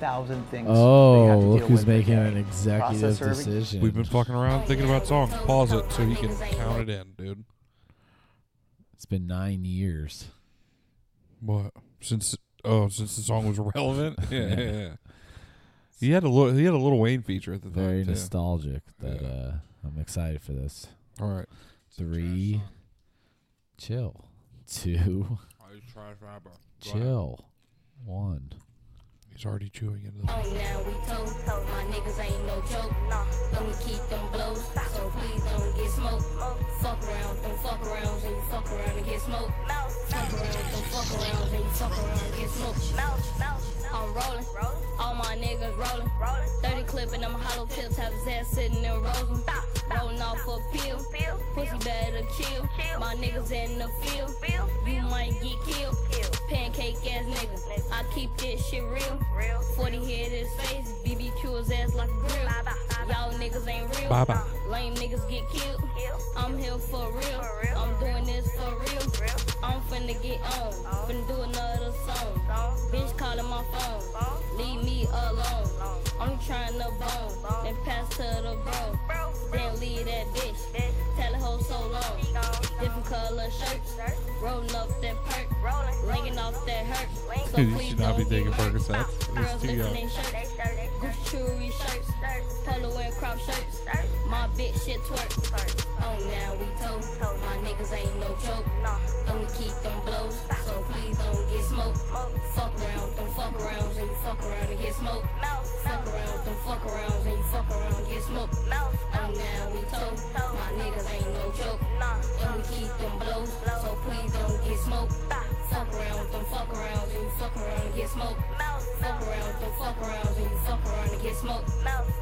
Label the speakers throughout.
Speaker 1: thousand things. they
Speaker 2: Oh,
Speaker 1: have to
Speaker 2: look
Speaker 1: deal
Speaker 2: who's
Speaker 1: with every
Speaker 2: making
Speaker 1: day.
Speaker 2: an executive
Speaker 1: Processor every-
Speaker 2: decision.
Speaker 3: We've been fucking around thinking about songs. Pause it so he can count it in, dude.
Speaker 2: It's been nine years.
Speaker 3: What? Since oh, since the song was relevant. yeah, yeah, yeah. He had a little. He had a little Wayne feature at the
Speaker 2: Very
Speaker 3: time. too.
Speaker 2: nostalgic. That
Speaker 3: Yeah.
Speaker 2: uh, I'm excited for this.
Speaker 3: All right.
Speaker 2: Three, chill. Two, chill. One.
Speaker 3: He's already chewing into the.
Speaker 4: Oh, now we toast, toast my niggas ain't no joke. Nah, let me keep them blows. Stop, so please don't get smoked. Fuck around, don't fuck around, so you fuck around and get smoked. Fuck around, don't fuck around, so you fuck around and get smoked. I'm rolling, all my niggas rolling. 30 clip and them hollow tips have his ass sitting there rolling. Rolling off a pill, pussy better chill. My niggas in the field, you might get killed. Pancake ass niggas, I keep this shit real. 40 head his face, BBQ his ass like a grill. Y'all niggas ain't real.
Speaker 3: Bye bye.
Speaker 4: Lame niggas get killed. I'm here for real. I'm doing this for real. I'm finna get on. Finna do another song. Bitch calling my phone. Leave me alone. I'm trying to bone. Then pass to the bro. Then leave that bitch. Tell the hoe so long. Different color shirts. Rolling up that perk. Linking off that hurt. So
Speaker 3: You
Speaker 4: please
Speaker 3: should not be
Speaker 4: don't
Speaker 3: taking
Speaker 4: get hurt.
Speaker 3: Percocets. It's
Speaker 4: Girls
Speaker 3: too
Speaker 4: lifting
Speaker 3: young.
Speaker 4: their shirts. Gucci jewelry shirts, polo and crop shirts. My bitch shit twerk. Oh, now we toast. My niggas ain't no joke. Don't keep them blows, so please don't get smoked. Fuck around, don't fuck around, and you fuck around and get smoked. Fuck around, don't fuck around, and you fuck around and get smoked. Oh, now we toast. My niggas ain't no joke. Don't keep them blows, so please don't get smoked. Fuck around, don't fuck around, and you fuck around and get smoked. Fuck around, don't fuck around, and you fuck around and get smoked.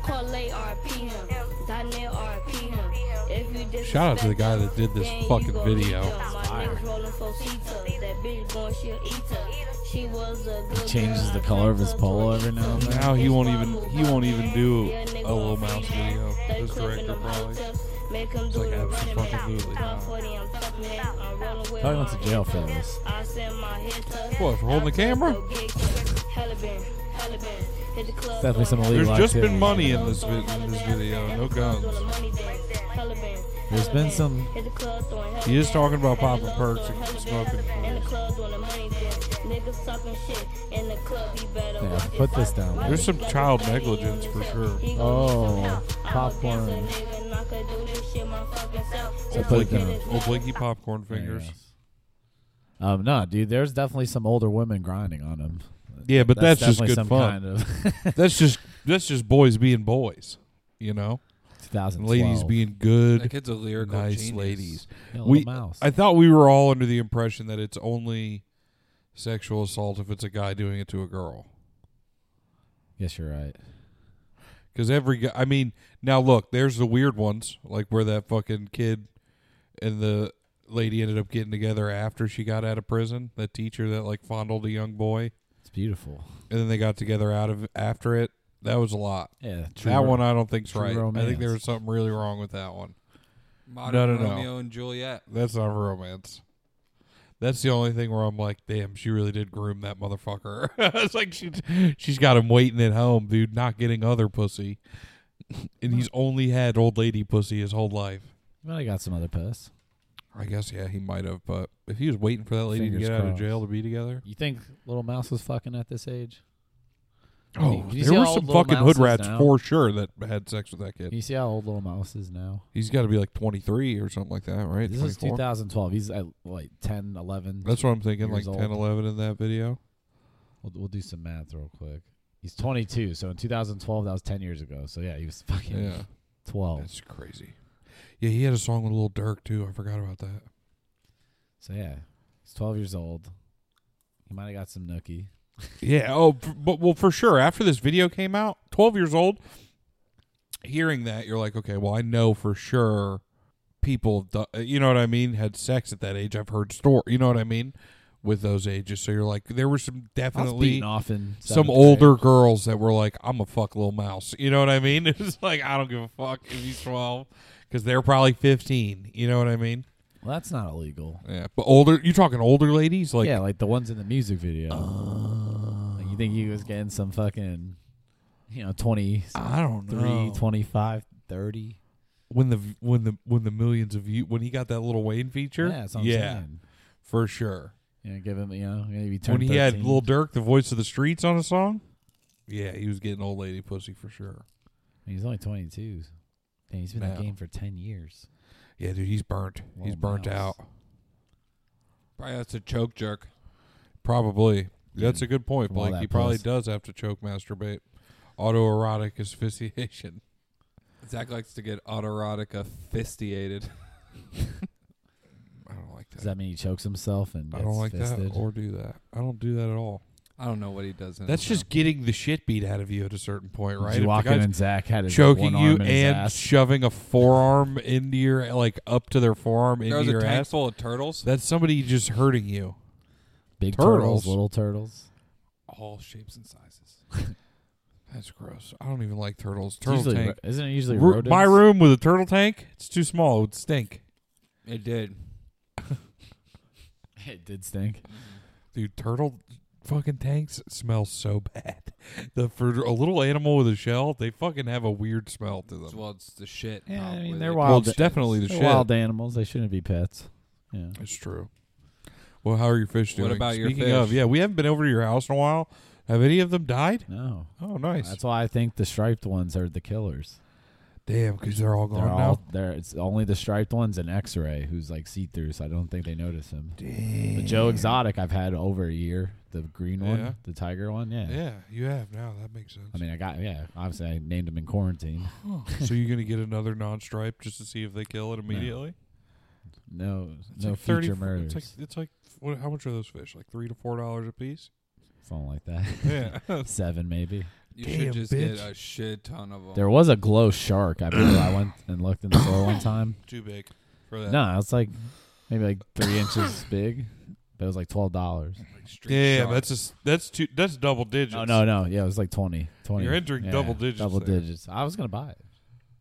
Speaker 4: Parlay RP him, Donnell RP him. If you disrespect
Speaker 3: Shout out to the guy that did this
Speaker 4: then you
Speaker 3: fucking
Speaker 4: gon'
Speaker 3: video.
Speaker 4: eat up. My niggas rolling for pizza. That bitch going, she'll eat her. She was a good
Speaker 2: changes
Speaker 4: girl.
Speaker 2: the
Speaker 4: I
Speaker 2: color of
Speaker 4: turned
Speaker 2: his
Speaker 4: her
Speaker 2: polo
Speaker 4: to a
Speaker 2: every now and
Speaker 4: pizza.
Speaker 2: then.
Speaker 3: Now he
Speaker 4: It's
Speaker 3: won't
Speaker 4: my
Speaker 3: even-
Speaker 4: little
Speaker 3: he won't even
Speaker 4: man.
Speaker 3: do
Speaker 4: Yeah, nigga,
Speaker 3: a Lil
Speaker 4: I'm
Speaker 3: Mouse
Speaker 4: free man.
Speaker 3: video.
Speaker 4: They
Speaker 3: This
Speaker 4: clipping
Speaker 3: director
Speaker 4: them hot
Speaker 3: probably-
Speaker 4: tips. Make him do
Speaker 3: like
Speaker 4: the running back.
Speaker 3: absolutely not.
Speaker 4: 1240, I'm fucking man. I'm rolling with
Speaker 2: Probably
Speaker 4: my
Speaker 2: went to jail for
Speaker 4: hitters.
Speaker 2: this.
Speaker 4: I send my hitters.
Speaker 3: What, for holding the camera?
Speaker 4: Hellebent, Hellebent. Hit the club,
Speaker 2: Definitely some
Speaker 4: throwing
Speaker 2: illegal
Speaker 3: There's just
Speaker 2: activity.
Speaker 3: been money in this vi- in this video. No guns.
Speaker 2: There's been some-
Speaker 3: He is talking about popping perks and smoking
Speaker 2: Yeah, put this down.
Speaker 3: There's some child negligence for sure.
Speaker 2: Oh, popcorn.
Speaker 4: So
Speaker 2: So put it down.
Speaker 3: Old Blakey popcorn fingers.
Speaker 2: Um, no, dude. There's definitely some older women grinding on him.
Speaker 3: Yeah, but that's, just
Speaker 2: definitely
Speaker 3: good
Speaker 2: some
Speaker 3: fun.
Speaker 2: Kind of
Speaker 3: That's just that's just boys being boys, you know. And
Speaker 2: 2012.
Speaker 3: ladies being good.
Speaker 5: That kid's a lyrical
Speaker 3: nice
Speaker 5: genius.
Speaker 3: ladies.
Speaker 2: Yeah,
Speaker 3: we,
Speaker 2: Lil mouse.
Speaker 3: I thought we were all under the impression that it's only sexual assault if it's a guy doing it to a girl.
Speaker 2: Yes, you're right.
Speaker 3: Because every guy, I mean, now look, there's the weird ones, like where that fucking kid and the lady ended up getting together after she got out of prison. That teacher that like fondled a young boy,
Speaker 2: It's beautiful.
Speaker 3: and then they got together out of after it. That was a lot.
Speaker 2: Yeah, true
Speaker 3: That
Speaker 2: ro-
Speaker 3: one I don't think's
Speaker 2: true
Speaker 3: right. I
Speaker 2: romance.
Speaker 3: think there was something really wrong with that one.
Speaker 5: Modern
Speaker 3: no, no.
Speaker 5: Romeo and Juliet.
Speaker 3: That's not romance. That's the only thing where I'm like, damn, she really did groom that motherfucker. it's like she she's got him waiting at home, dude, not getting other pussy. And he's only had old lady pussy his whole life.
Speaker 2: Might have got some other piss.
Speaker 3: I guess yeah, he might have, but if he was waiting for that lady to
Speaker 2: Fingers
Speaker 3: get out of
Speaker 2: crossed.
Speaker 3: jail to be together.
Speaker 2: You think little mouse was fucking at this age?
Speaker 3: Oh,
Speaker 2: you see how
Speaker 3: there were
Speaker 2: old
Speaker 3: some
Speaker 2: Lil
Speaker 3: fucking
Speaker 2: Mouse
Speaker 3: hood
Speaker 2: is
Speaker 3: rats
Speaker 2: now?
Speaker 3: for sure that had sex with that kid.
Speaker 2: You see how old little mouse is now?
Speaker 3: He's got to be like 23 or something like that, right?
Speaker 2: This is
Speaker 3: 24?
Speaker 2: 2012. He's at like 10, 11.
Speaker 3: That's what I'm thinking, like
Speaker 2: years
Speaker 3: 10,
Speaker 2: old.
Speaker 3: 11 in that video.
Speaker 2: We'll, we'll do some math real quick. He's 22, so in 2012 that was 10 years ago. So yeah, he was fucking
Speaker 3: Yeah.
Speaker 2: 12.
Speaker 3: That's crazy. Yeah, he had a song with Lil Durk too. I forgot about that.
Speaker 2: So yeah, he's 12 years old. He might have got some nookie.
Speaker 3: Yeah. Oh, f- but well, for sure. After this video came out, twelve years old, hearing that, you're like, okay, well, I know for sure people, have do- you know what I mean, had sex at that age. I've heard story. You know what I mean, with those ages. So you're like, there were some
Speaker 2: I was beaten
Speaker 3: definitely
Speaker 2: off in seventh
Speaker 3: some
Speaker 2: grade.
Speaker 3: older girls that were like, I'm a fuck little mouse. You know what I mean? It's like I don't give a fuck if he's twelve because they're probably fifteen. You know what I mean?
Speaker 2: Well, that's not illegal.
Speaker 3: Yeah, but older. You're talking older ladies, like Uh.
Speaker 2: yeah, like the ones in the music video. Like, you think he was getting some fucking, you know, 23,
Speaker 3: I don't know.
Speaker 2: 25, 30?
Speaker 3: When the when the when the millions of you when he got that little Wayne feature,
Speaker 2: Yeah, that's what I'm saying.
Speaker 3: for sure.
Speaker 2: You know, give him, you know, maybe turn
Speaker 3: When he had
Speaker 2: 13.
Speaker 3: Lil Durk, the voice of the streets, on a song, yeah, he was getting old lady pussy for sure.
Speaker 2: He's only 22. And he's been in
Speaker 3: Now.
Speaker 2: the game for 10 years.
Speaker 3: Yeah, dude, he's burnt. he's
Speaker 2: Little
Speaker 3: burnt
Speaker 2: mouse.
Speaker 3: out.
Speaker 5: Probably that's a choke jerk.
Speaker 3: Probably. That's a good point,
Speaker 2: Mm. From all
Speaker 3: Blake.
Speaker 2: that
Speaker 3: He probably
Speaker 2: puss.
Speaker 3: does have to choke masturbate. Autoerotic asphyxiation.
Speaker 5: Zach likes to get autoerotic asphyxiated.
Speaker 3: I don't like that.
Speaker 2: Does that mean he chokes himself and
Speaker 3: I
Speaker 2: gets
Speaker 3: don't like
Speaker 2: fisted?
Speaker 3: that Oh, or do that. I don't do that at all.
Speaker 5: I don't know what he does. In
Speaker 3: That's
Speaker 5: his
Speaker 3: just getting the shit beat out of you at a certain point, right?
Speaker 2: Did you
Speaker 3: If
Speaker 2: walk
Speaker 3: the
Speaker 2: in
Speaker 3: guy's
Speaker 2: and Zach had his one
Speaker 3: choking
Speaker 2: arm
Speaker 3: you
Speaker 2: in his
Speaker 3: and
Speaker 2: ass.
Speaker 3: shoving a forearm into your like up to their forearm
Speaker 5: mouth. There
Speaker 3: into
Speaker 5: was a
Speaker 3: your
Speaker 5: tank
Speaker 3: ass.
Speaker 5: full of turtles,
Speaker 3: That's somebody just hurting you.
Speaker 2: Big
Speaker 3: turtles.
Speaker 2: turtles, little turtles.
Speaker 5: all shapes and sizes.
Speaker 3: That's gross. I don't even like turtles.
Speaker 2: It's
Speaker 3: Turtle
Speaker 2: usually,
Speaker 3: tank.
Speaker 2: Isn't it usually
Speaker 3: Ru-
Speaker 2: rodents?
Speaker 3: my room with a turtle tank. It's too small. It would stink.
Speaker 5: It did.
Speaker 2: It did stink.
Speaker 3: Dude, turtle fucking tanks smell so bad. The for a little animal with a shell, they fucking have a weird smell to them.
Speaker 5: Well, it's the shit.
Speaker 2: Yeah, I
Speaker 5: probably.
Speaker 2: mean,
Speaker 5: They
Speaker 2: they're
Speaker 5: do
Speaker 2: wild.
Speaker 5: shit.
Speaker 3: Well, it's definitely the
Speaker 2: They're
Speaker 3: shit.
Speaker 2: wild animals. They shouldn't be pets. Yeah.
Speaker 3: It's true. Well, how are your fish doing?
Speaker 5: What about your
Speaker 3: Speaking
Speaker 5: fish?
Speaker 3: of, yeah, we haven't been over to your house in a while. Have any of them died?
Speaker 2: No.
Speaker 3: Oh, nice.
Speaker 2: That's why I think the striped ones are the killers.
Speaker 3: Damn, because they're all gone
Speaker 2: They're
Speaker 3: now.
Speaker 2: all there. It's only the striped ones and X-ray, who's like see-through, so I don't think they notice him. The Joe Exotic I've had over a year. The green one,
Speaker 3: Yeah.
Speaker 2: the tiger one. Yeah.
Speaker 3: Yeah, you have now. That makes sense.
Speaker 2: I mean, I got yeah. Obviously, I named him in quarantine.
Speaker 3: so you're gonna get another non-stripe just to see if they kill it immediately?
Speaker 2: No,
Speaker 3: It's
Speaker 2: no
Speaker 3: like
Speaker 2: future
Speaker 3: 30
Speaker 2: murders.
Speaker 3: It's like it's like what, how much are those fish? Like three to four dollars a piece.
Speaker 2: Something like that.
Speaker 3: Yeah.
Speaker 2: Seven maybe.
Speaker 5: You
Speaker 3: Damn,
Speaker 5: should just
Speaker 3: bitch.
Speaker 5: get a shit ton of them.
Speaker 2: There was a glow shark. I remember I went and looked in the store one time.
Speaker 3: Too big for that.
Speaker 2: No, it's like maybe like three inches big. But it was like twelve dollars. Oh,
Speaker 5: Like street
Speaker 3: Yeah,
Speaker 5: sharks.
Speaker 3: that's a, s- that's two that's double digits.
Speaker 2: No, no, no. Yeah, it was like 20. 20.
Speaker 3: You're entering
Speaker 2: Yeah,
Speaker 3: double digits
Speaker 2: Double
Speaker 3: there.
Speaker 2: digits. I was gonna buy it.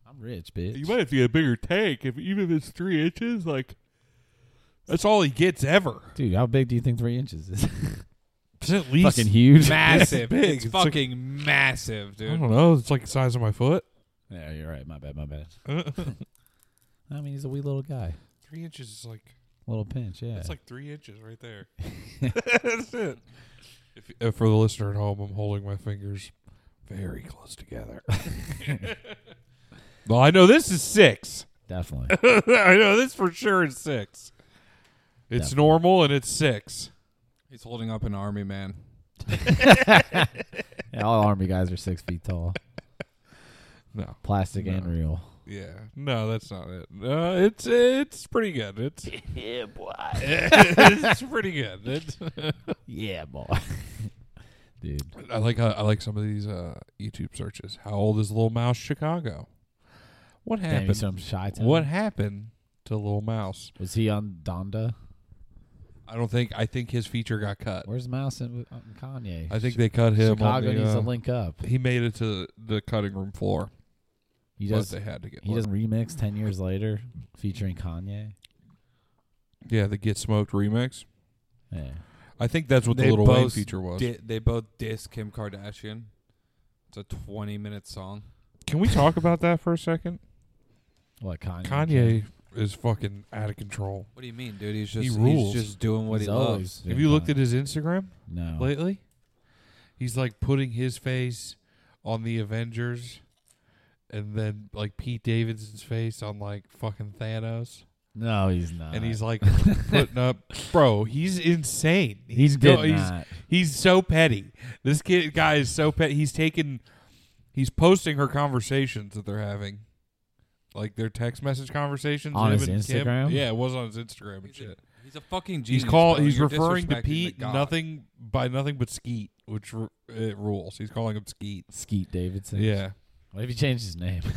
Speaker 2: I'm rich, bitch.
Speaker 3: You might have to get a bigger tank if even if it's three inches. Like that's all he gets ever.
Speaker 2: Dude, how big do you think three inches is?
Speaker 3: It's at least
Speaker 2: Fucking huge.
Speaker 5: massive.
Speaker 3: big.
Speaker 5: It's
Speaker 3: It's like-
Speaker 5: fucking massive,
Speaker 3: I
Speaker 5: dude.
Speaker 3: don't know. It's like the size of my foot.
Speaker 2: Yeah, you're right. My bad. My bad. I mean, he's a wee little guy.
Speaker 3: three inches is like
Speaker 2: Little pinch. Yeah.
Speaker 3: that's like three inches right there. that's it. If, uh, for the listener at home, I'm holding my fingers very close together. well, I know this is six.
Speaker 2: Definitely.
Speaker 3: I know this for sure is six. It's
Speaker 2: Definitely.
Speaker 3: normal and it's six.
Speaker 5: He's holding up an army man.
Speaker 2: Yeah, all army guys are six feet tall,
Speaker 3: No,
Speaker 2: plastic
Speaker 3: No.
Speaker 2: and real.
Speaker 3: yeah, no, that's not it. No, it's it's pretty good. It's
Speaker 2: Yeah, boy.
Speaker 3: it's pretty good. It's,
Speaker 2: Yeah, boy. Dude,
Speaker 3: I like how, I like some of these uh, YouTube searches. How old is Little Mouse Chicago? What
Speaker 2: damn, you
Speaker 3: happened?
Speaker 2: some shy town.
Speaker 3: What happened to Little Mouse?
Speaker 2: was he on Donda?
Speaker 3: I don't think. I think his feature got cut.
Speaker 2: Where's Mouse and uh, Kanye?
Speaker 3: I think they cut him. on
Speaker 2: Chicago
Speaker 3: the,
Speaker 2: needs
Speaker 3: uh,
Speaker 2: to link up.
Speaker 3: He made it to the cutting room floor,
Speaker 2: He
Speaker 3: but
Speaker 2: does.
Speaker 3: they had to get.
Speaker 2: He does remix ten years later, featuring Kanye.
Speaker 3: Yeah, the Get Smoked remix.
Speaker 2: Yeah.
Speaker 3: I think that's what the
Speaker 5: They
Speaker 3: Little Wayne
Speaker 5: both
Speaker 3: feature was.
Speaker 5: Di- they both diss Kim Kardashian. It's a 20 minute song.
Speaker 3: Can we talk about that for a second?
Speaker 2: What Kanye?
Speaker 3: Kanye is fucking out of control.
Speaker 5: What do you mean, dude? He's
Speaker 3: He
Speaker 5: just
Speaker 3: rules.
Speaker 5: he's just doing what
Speaker 2: He's
Speaker 5: he
Speaker 2: always
Speaker 5: loves.
Speaker 2: been
Speaker 3: Have you looked
Speaker 2: Kanye.
Speaker 3: at his Instagram?
Speaker 2: No.
Speaker 3: lately. He's like putting his face on the Avengers and then like Pete Davidson's face on like fucking Thanos.
Speaker 2: No, he's not.
Speaker 3: and he's like putting up bro, he's insane.
Speaker 2: he
Speaker 3: He's
Speaker 2: did
Speaker 3: go- he's
Speaker 2: not.
Speaker 3: he's so petty. This kid guy is so petty. He's taking he's posting her conversations that they're having. Like their text message conversations
Speaker 2: On
Speaker 3: him
Speaker 2: his
Speaker 3: and Kim.
Speaker 2: Instagram?
Speaker 3: Yeah, it was on his Instagram and
Speaker 5: He's a-
Speaker 3: shit.
Speaker 5: He's a fucking genius.
Speaker 3: He's call.
Speaker 5: bro.
Speaker 3: He's
Speaker 5: You're
Speaker 3: referring
Speaker 5: disrespecting
Speaker 3: to
Speaker 5: the
Speaker 3: Pete
Speaker 5: god.
Speaker 3: nothing by nothing but Skeet, which r- it rules. He's calling him Skeet.
Speaker 2: Skeet Davidson.
Speaker 3: Yeah.
Speaker 2: What if he changed his name?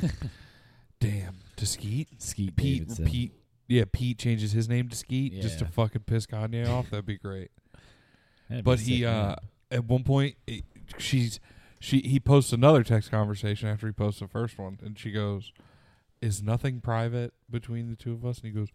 Speaker 3: Damn. To Skeet.
Speaker 2: Skeet
Speaker 3: Pete.
Speaker 2: Davidson.
Speaker 3: Pete. Yeah. Pete changes his name to Skeet just to
Speaker 2: Yeah.
Speaker 3: fucking piss Kanye off. That'd be great.
Speaker 2: That'd be
Speaker 3: But
Speaker 2: a
Speaker 3: he
Speaker 2: sick
Speaker 3: uh,
Speaker 2: name.
Speaker 3: at one point it, she's she he posts another text conversation after he posts the first one, and she goes, "Is nothing private between the two of us?" And he goes.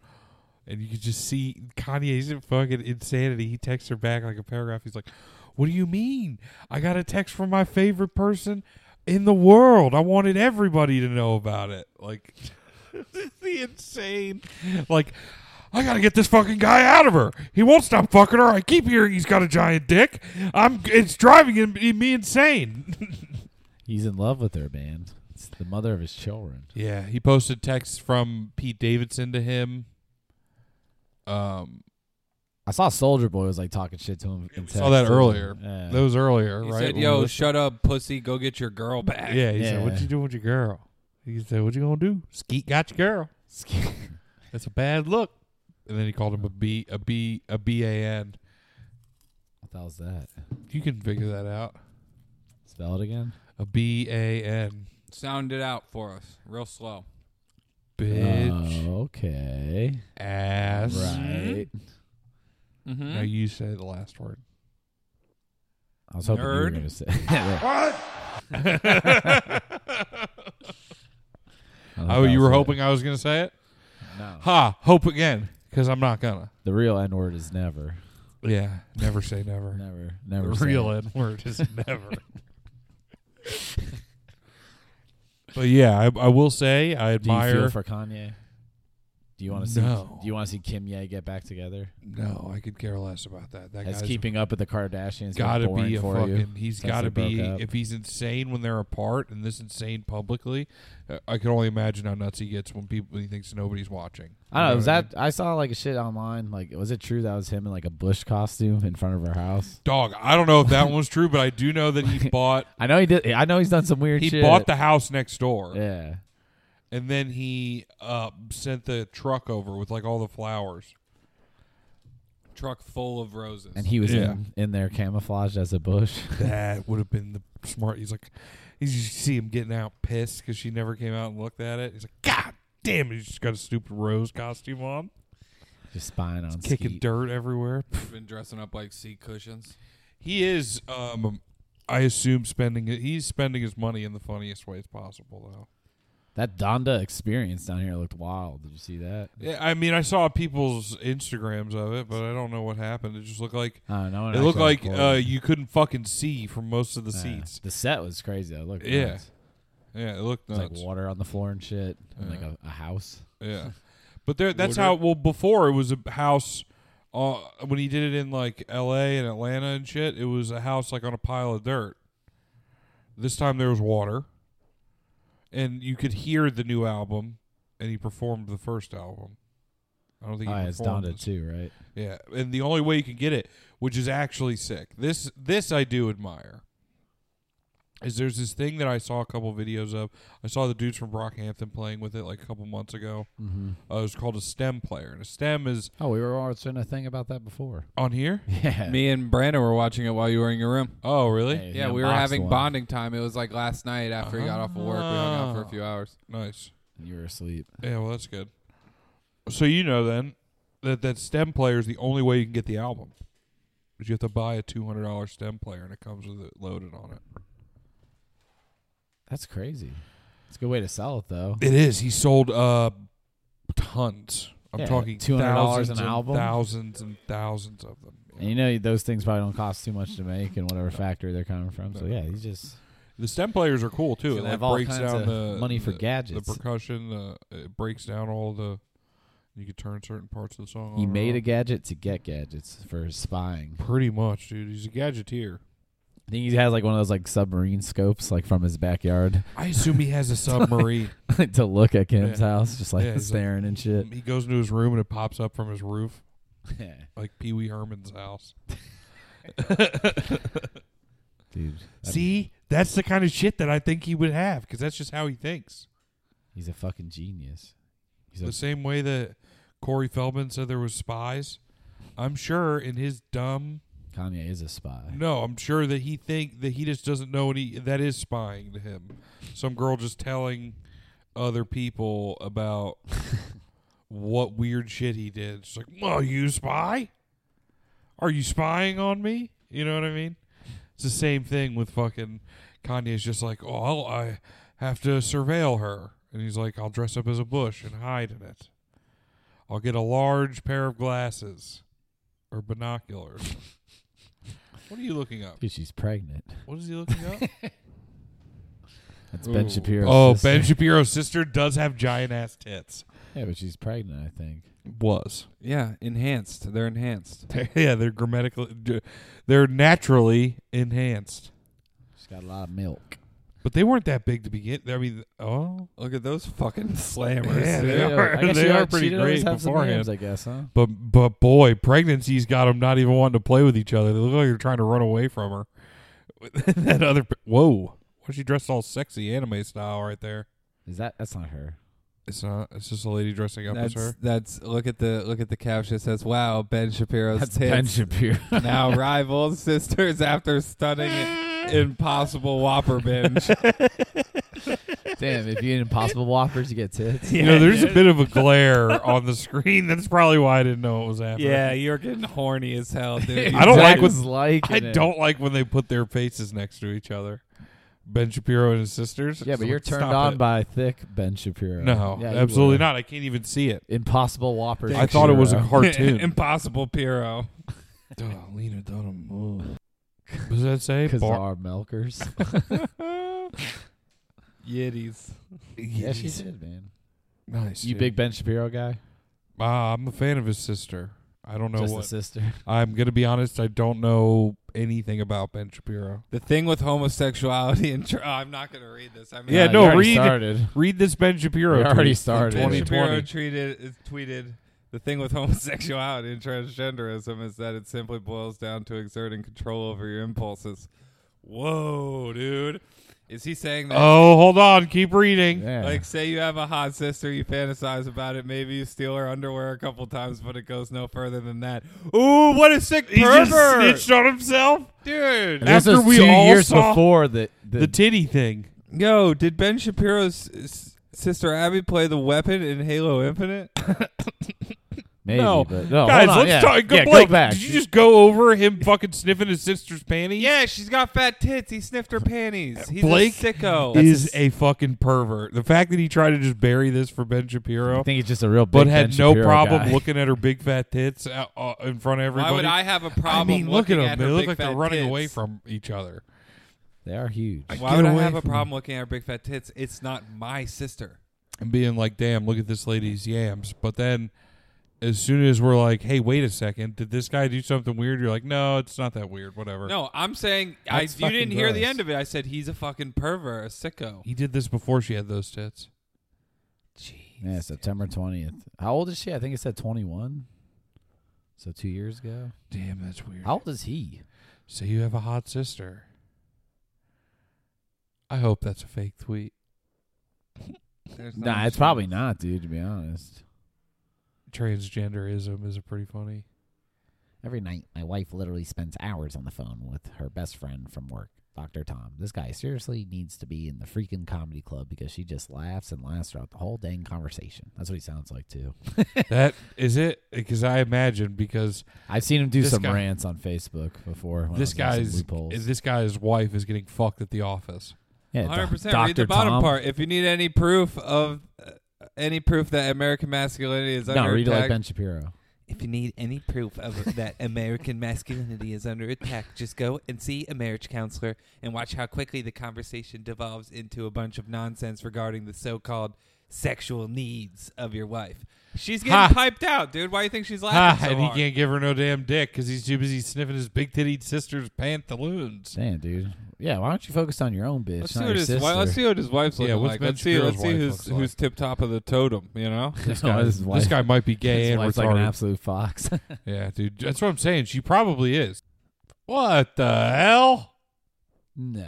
Speaker 3: And you could just see Kanye's fucking insanity. He texts her back like a paragraph. He's like, What do you mean? I got a text from my favorite person in the world. I wanted everybody to know about it. Like, it's the insane. Like, I gotta get this fucking guy out of her. He won't stop fucking her. I keep hearing he's got a giant dick. I'm. It's driving him, me insane.
Speaker 2: He's in love with her, man. It's the mother of his children.
Speaker 3: Yeah, he posted texts from Pete Davidson to him. Um,
Speaker 2: I saw Soldier Boy was like talking shit to him.
Speaker 3: we
Speaker 2: in
Speaker 3: saw that
Speaker 2: text, too.
Speaker 3: earlier.
Speaker 2: Yeah.
Speaker 3: That was earlier,
Speaker 5: He
Speaker 3: right?
Speaker 5: said,
Speaker 3: when
Speaker 5: "Yo,
Speaker 3: we
Speaker 5: shut up, pussy. Go get your girl back."
Speaker 3: Yeah, he
Speaker 2: Yeah.
Speaker 3: said, "What you doing with your girl?" He said, "What you gonna do?" Skeet got your girl. That's a bad look. And then he called him a b a b a b a n.
Speaker 2: what the hell's that?
Speaker 3: You can figure that out.
Speaker 2: Spell it again.
Speaker 3: A b a n.
Speaker 5: Sound it out for us, real slow.
Speaker 3: Bitch
Speaker 2: Oh, okay.
Speaker 3: ass.
Speaker 2: Right.
Speaker 3: Now
Speaker 5: Mm-hmm.
Speaker 3: you say the last word.
Speaker 2: I was hoping you were
Speaker 5: Nerd.
Speaker 2: gonna say. Yeah. I
Speaker 3: Oh,
Speaker 2: thought
Speaker 3: you
Speaker 2: that
Speaker 3: were
Speaker 2: was it.
Speaker 3: hoping I was gonna say it?
Speaker 2: No.
Speaker 3: Ha! Hope again, because I'm not gonna.
Speaker 2: The real N word is never,
Speaker 3: Yeah, never say never.
Speaker 2: never,
Speaker 3: The
Speaker 2: never. say
Speaker 3: real
Speaker 2: it.
Speaker 3: N word is never. but yeah, I, I will say I
Speaker 2: Do you
Speaker 3: admire.
Speaker 2: feel for Kanye? Do you want to see?
Speaker 3: No.
Speaker 2: Do you want to see Kim Ye get back together?
Speaker 3: no, I could care less about that. That
Speaker 2: As
Speaker 3: guy's
Speaker 2: keeping up with the Kardashians. been
Speaker 3: gotta
Speaker 2: boring
Speaker 3: be a
Speaker 2: for
Speaker 3: fucking.
Speaker 2: you.
Speaker 3: He's
Speaker 2: since
Speaker 3: gotta
Speaker 2: they broke
Speaker 3: be.
Speaker 2: up.
Speaker 3: If he's insane when they're apart and this insane publicly, uh, I can only imagine how nuts he gets when people when he thinks nobody's watching.
Speaker 2: I don't
Speaker 3: You
Speaker 2: know. Was
Speaker 3: what mean?
Speaker 2: that I saw like a shit online? Like, was it true that was him in like a bush costume in front of her house?
Speaker 3: dog? I don't know if that one's true, but I do know that he bought.
Speaker 2: I know he did. I know he's done some weird
Speaker 3: He
Speaker 2: shit.
Speaker 3: bought the house next door.
Speaker 2: Yeah.
Speaker 3: and then he uh, sent the truck over with like all the flowers.
Speaker 5: Truck full of roses.
Speaker 2: And he was
Speaker 3: Yeah.
Speaker 2: in, in there camouflaged as a bush.
Speaker 3: That would have been the smart. He's like, he's you see him getting out pissed because she never came out and looked at it. He's like, God damn, it, he's just got a stupid rose costume on,
Speaker 2: Just spying on
Speaker 3: kicking
Speaker 2: Skeet.
Speaker 3: dirt everywhere.
Speaker 5: He's been dressing up like seat cushions.
Speaker 3: He is, um, I assume, spending. He's spending his money in the funniest ways possible, though.
Speaker 2: That Donda experience down here looked wild. Did you see that?
Speaker 3: Yeah, I mean, I saw people's Instagrams of it, but I don't know what happened. It just looked like
Speaker 2: I don't know. no one
Speaker 3: it looked like
Speaker 2: actually
Speaker 3: uh,
Speaker 2: recorded.
Speaker 3: you couldn't fucking see from most of the
Speaker 2: Yeah.
Speaker 3: seats.
Speaker 2: The set was crazy. It looked
Speaker 3: Yeah.
Speaker 2: nuts.
Speaker 3: Yeah, it looked
Speaker 2: It was
Speaker 3: nuts.
Speaker 2: like water on the floor and shit, and like
Speaker 3: Yeah.
Speaker 2: a, a house.
Speaker 3: Yeah, but there, that's
Speaker 5: Water.
Speaker 3: how. Well, before it was a house. Uh, when he did it in like L.A. and Atlanta and shit, it was a house like on a pile of dirt. This time there was water, and you could hear the new album, and he performed the first album. I don't think
Speaker 2: Oh,
Speaker 3: he
Speaker 2: yeah, it's
Speaker 3: performed
Speaker 2: Donda
Speaker 3: this.
Speaker 2: too, right?
Speaker 3: Yeah, and the only way you can get it, which is actually sick. This this I do admire. Is there's this thing that I saw a couple videos of. I saw the dudes from Brockhampton playing with it like a couple months ago.
Speaker 2: Mm-hmm.
Speaker 3: Uh, it's called a stem player, and a stem is
Speaker 2: Oh, we were watching a thing about that before.
Speaker 3: on here.
Speaker 2: Yeah.
Speaker 5: Me and Brandon were watching it while you were in your room.
Speaker 3: Oh, really?
Speaker 2: Hey,
Speaker 5: Yeah,
Speaker 2: he
Speaker 5: we were
Speaker 2: unboxed
Speaker 5: having
Speaker 2: one.
Speaker 5: bonding time. It was like last night after he got off of work. We hung out
Speaker 3: Oh.
Speaker 5: for a few hours.
Speaker 3: Nice.
Speaker 2: You were asleep.
Speaker 3: Yeah, well, that's good. So you know then that that stem player is the only way you can get the album. Is you have to buy a two hundred dollar stem player, and it comes with it loaded on it.
Speaker 2: That's crazy. It's a good way to sell it, though.
Speaker 3: It is. He sold uh tons. I'm
Speaker 2: Yeah,
Speaker 3: talking
Speaker 2: $200
Speaker 3: thousands
Speaker 2: an
Speaker 3: and
Speaker 2: album?
Speaker 3: thousands and thousands of them.
Speaker 2: And you know those things probably don't cost too much to make in whatever factory they're coming from. So yeah, he's just
Speaker 3: The stem players are cool too.
Speaker 2: He's
Speaker 3: It
Speaker 2: gonna
Speaker 3: like
Speaker 2: have all
Speaker 3: breaks
Speaker 2: kinds
Speaker 3: down
Speaker 2: of
Speaker 3: the
Speaker 2: money for
Speaker 3: the-
Speaker 2: gadgets.
Speaker 3: the percussion. The, it breaks down all the. You could turn certain parts of the song.
Speaker 2: he
Speaker 3: on and
Speaker 2: made a
Speaker 3: off.
Speaker 2: gadget to get gadgets for spying.
Speaker 3: pretty much, dude. He's a gadgeteer.
Speaker 2: I think he has like one of those like submarine scopes like from his backyard
Speaker 3: I assume he has a submarine.
Speaker 2: to look at Kim's
Speaker 3: Yeah.
Speaker 2: house, just like
Speaker 3: Yeah, he's like-
Speaker 2: staring and shit.
Speaker 3: he goes into his room and it pops up from his roof,
Speaker 2: Yeah.
Speaker 3: like Pee Wee Herman's house.
Speaker 2: Dude, that'd be-
Speaker 3: See, that's the kind of shit that I think he would have because that's just how he thinks.
Speaker 2: he's a fucking genius. He's
Speaker 3: the
Speaker 2: a,
Speaker 3: same way that Corey Feldman said there was spies. I'm sure in his dumb
Speaker 2: Kanye is a spy.
Speaker 3: no, I'm sure that he think that he just doesn't know any that is spying to him. Some girl just telling other people about what weird shit he did. She's like, "Well, you spy? Are you spying on me?" You know what I mean? It's the same thing with fucking Kanye's just like, "Oh, I'll, I have to surveil her." And he's like, "I'll dress up as a bush and hide in it. I'll get a large pair of glasses or binoculars." What are you looking up?
Speaker 2: Dude, she's pregnant.
Speaker 3: What is he looking up?
Speaker 2: That's Ben
Speaker 6: Ooh.
Speaker 2: Shapiro.
Speaker 3: oh, Ben Shapiro's sister does have giant ass tits.
Speaker 2: Yeah, but she's pregnant, I think.
Speaker 3: Was.
Speaker 6: Yeah, enhanced. They're enhanced.
Speaker 3: They're- yeah, they're grammatically, d- they're naturally enhanced,
Speaker 2: She's got a lot of milk.
Speaker 3: but they weren't that big to begin. I mean, oh,
Speaker 6: Look at those fucking slammers.
Speaker 3: Yeah, they
Speaker 2: Yeah,
Speaker 3: are-
Speaker 2: I guess
Speaker 3: they
Speaker 2: she
Speaker 3: are
Speaker 2: always-
Speaker 3: pretty
Speaker 2: she did always
Speaker 3: great
Speaker 2: have some
Speaker 3: beforehand.
Speaker 2: names, I guess, huh?
Speaker 3: but but boy, pregnancy's got them not even wanting to play with each other. They look like they're trying to run away from her. that other, p- whoa, why is she dressed all sexy anime style right there?
Speaker 2: Is that that's not her?
Speaker 3: It's not. It's just a lady dressing up
Speaker 6: That's
Speaker 3: as her.
Speaker 6: that's look at the look at the caption it says, Wow, Ben Shapiro's
Speaker 2: That's Ben
Speaker 6: tits
Speaker 2: Shapiro.
Speaker 6: now rivals sisters after stunning impossible whopper binge.
Speaker 2: Damn, if you eat Impossible Whoppers, you get tits.
Speaker 3: you know, there's a bit of a glare on the screen. That's probably why I didn't know it was happening.
Speaker 6: you're getting horny as hell, dude.
Speaker 3: I don't like
Speaker 2: what's like.
Speaker 3: I don't like when they put their faces next to each other. Ben Shapiro and his sisters.
Speaker 2: Yeah, but
Speaker 3: Like,
Speaker 2: you're turned
Speaker 3: stop
Speaker 2: on
Speaker 3: it.
Speaker 2: by thick Ben Shapiro.
Speaker 3: No,
Speaker 2: Yeah, you
Speaker 3: absolutely
Speaker 2: were.
Speaker 3: not. I can't even see it.
Speaker 2: Impossible Whoppers.
Speaker 3: I thought it was a
Speaker 2: Shapiro.
Speaker 3: cartoon.
Speaker 6: impossible Piro.
Speaker 3: oh, Lena Dunham. Ooh. What does that say?
Speaker 2: Because
Speaker 3: Bar-
Speaker 2: our milkers.
Speaker 6: Yiddies.
Speaker 2: yeah, she did, man.
Speaker 3: Nice.
Speaker 2: You
Speaker 3: dude.
Speaker 2: big Ben Shapiro guy?
Speaker 3: Uh, I'm a fan of his sister. I don't know
Speaker 2: Just
Speaker 3: what.
Speaker 2: a sister.
Speaker 3: I'm gonna be honest. I don't know anything about Ben Shapiro.
Speaker 6: The thing with homosexuality and tr- oh, I'm not gonna read this. I mean,
Speaker 3: Yeah,
Speaker 2: Uh,
Speaker 6: I-
Speaker 2: you
Speaker 3: no,
Speaker 2: already
Speaker 3: read-
Speaker 2: Started.
Speaker 3: Read this Ben Shapiro.
Speaker 2: We already
Speaker 3: tweet.
Speaker 2: started.
Speaker 6: Ben
Speaker 2: 2020.
Speaker 6: Shapiro tweeted, is- tweeted the thing with homosexuality and transgenderism is that it simply boils down to exerting control over your impulses. Whoa, dude. Is he saying that?
Speaker 3: Oh, hold on. Keep reading.
Speaker 2: Yeah.
Speaker 6: Like, say you have a hot sister, you fantasize about it. Maybe you steal her underwear a couple times, but it goes no further than that. Ooh, what a sick
Speaker 3: He just
Speaker 6: pervert,
Speaker 3: snitched on himself.
Speaker 6: dude!
Speaker 2: And this
Speaker 3: after
Speaker 2: was
Speaker 3: we
Speaker 2: two
Speaker 3: all
Speaker 2: years
Speaker 3: saw
Speaker 2: before that,
Speaker 3: The titty thing.
Speaker 6: Yo, did Ben Shapiro's s- sister Abby play the weapon in Halo Infinite?
Speaker 2: maybe,
Speaker 3: no.
Speaker 2: but no. Oh,
Speaker 3: Guys,
Speaker 2: hold on,
Speaker 3: let's
Speaker 2: yeah.
Speaker 3: talk. Go,
Speaker 2: yeah,
Speaker 3: Blake,
Speaker 2: go back.
Speaker 3: Did you just go over him fucking sniffing his sister's panties?
Speaker 6: Yeah, she's got fat tits. He sniffed her panties. He's
Speaker 3: Blake
Speaker 6: a sicko.
Speaker 3: Is a fucking pervert. The fact that he tried to just bury this for Ben
Speaker 2: I
Speaker 3: Shapiro,
Speaker 2: think he's just a real big
Speaker 3: but had
Speaker 2: Ben
Speaker 3: no
Speaker 2: Shapiro
Speaker 3: problem
Speaker 2: guy.
Speaker 3: looking at her big fat tits uh, uh, in front of everybody.
Speaker 6: Why would I have a
Speaker 3: I
Speaker 6: problem?
Speaker 3: mean, look
Speaker 6: looking
Speaker 3: at
Speaker 6: at
Speaker 3: them.
Speaker 6: her
Speaker 3: they look
Speaker 6: big
Speaker 3: like they're
Speaker 6: fat
Speaker 3: running
Speaker 6: tits?
Speaker 3: away from each other.
Speaker 2: They are huge.
Speaker 6: Why
Speaker 3: Get
Speaker 6: would I
Speaker 3: away
Speaker 6: have a
Speaker 3: from
Speaker 6: problem looking at her big fat tits? It's not my sister.
Speaker 3: and being like, "Damn, look at this lady's yams." But then, as soon as we're like, "Hey, wait a second, did this guy do something weird?" You're like, "No, it's not that weird. Whatever."
Speaker 6: No, I'm saying I, you
Speaker 2: That's fucking
Speaker 6: didn't hear the
Speaker 2: gross.
Speaker 6: end of it. I said he's a fucking pervert, a sicko.
Speaker 3: he did this before she had those tits.
Speaker 2: Yeah, September 20th. How old is she? I think it said 21. So two years ago.
Speaker 3: Damn, that's weird.
Speaker 2: How old is he?
Speaker 3: So you have a hot sister. I hope that's a fake tweet.
Speaker 6: There's no
Speaker 2: Nah, it's
Speaker 6: shame.
Speaker 2: probably not, dude, to be honest.
Speaker 3: Transgenderism is a pretty funny.
Speaker 2: Every night, my wife literally spends hours on the phone with her best friend from work, Dr. Tom. This guy seriously needs to be in the freaking comedy club because she just laughs and laughs throughout the whole dang conversation. That's what he sounds like, too.
Speaker 3: that is it, because I imagine because
Speaker 2: I've seen him do
Speaker 3: This
Speaker 2: some
Speaker 3: guy-
Speaker 2: rants on Facebook before. when I
Speaker 3: this
Speaker 2: was in some
Speaker 3: guy's
Speaker 2: loopholes.
Speaker 3: this guy's wife is getting fucked at the office.
Speaker 2: yeah, doc-
Speaker 6: 100%.
Speaker 2: Dr.
Speaker 6: Read the bottom
Speaker 2: Tom.
Speaker 6: part. If you need any proof of uh, any proof that American masculinity is
Speaker 2: No,
Speaker 6: under
Speaker 2: read it
Speaker 6: attack,
Speaker 2: like Ben Shapiro.
Speaker 6: If you need any proof of that American masculinity is under attack, just go and see a marriage counselor and watch how quickly the conversation devolves into a bunch of nonsense regarding the so-called sexual needs of your wife. She's getting
Speaker 3: Ha.
Speaker 6: piped out, dude. Why do you think she's
Speaker 3: Ah,
Speaker 6: laughing so
Speaker 3: and
Speaker 6: hard?
Speaker 3: he can't give her no damn dick because he's too busy sniffing his big titted sister's pantaloons.
Speaker 2: Damn, dude. Yeah, why don't you focus on your own bitch?
Speaker 6: Let's see,
Speaker 2: not
Speaker 6: what
Speaker 2: your
Speaker 6: his wi-
Speaker 2: sister.
Speaker 6: let's see what his wife's
Speaker 3: Yeah,
Speaker 6: looking
Speaker 3: what's
Speaker 6: like.
Speaker 3: Ben
Speaker 6: Let's see,
Speaker 3: Shapiro's
Speaker 6: let's see
Speaker 3: wife
Speaker 6: who's
Speaker 3: looks like.
Speaker 6: who's tip top of the totem. You know,
Speaker 2: This
Speaker 3: guy-
Speaker 2: his wife-
Speaker 3: This guy might be gay
Speaker 2: his
Speaker 3: and
Speaker 2: wife's like an
Speaker 3: retarded.
Speaker 2: absolute fox.
Speaker 3: yeah, dude, that's what I'm saying. She probably is. What the hell?
Speaker 2: nah.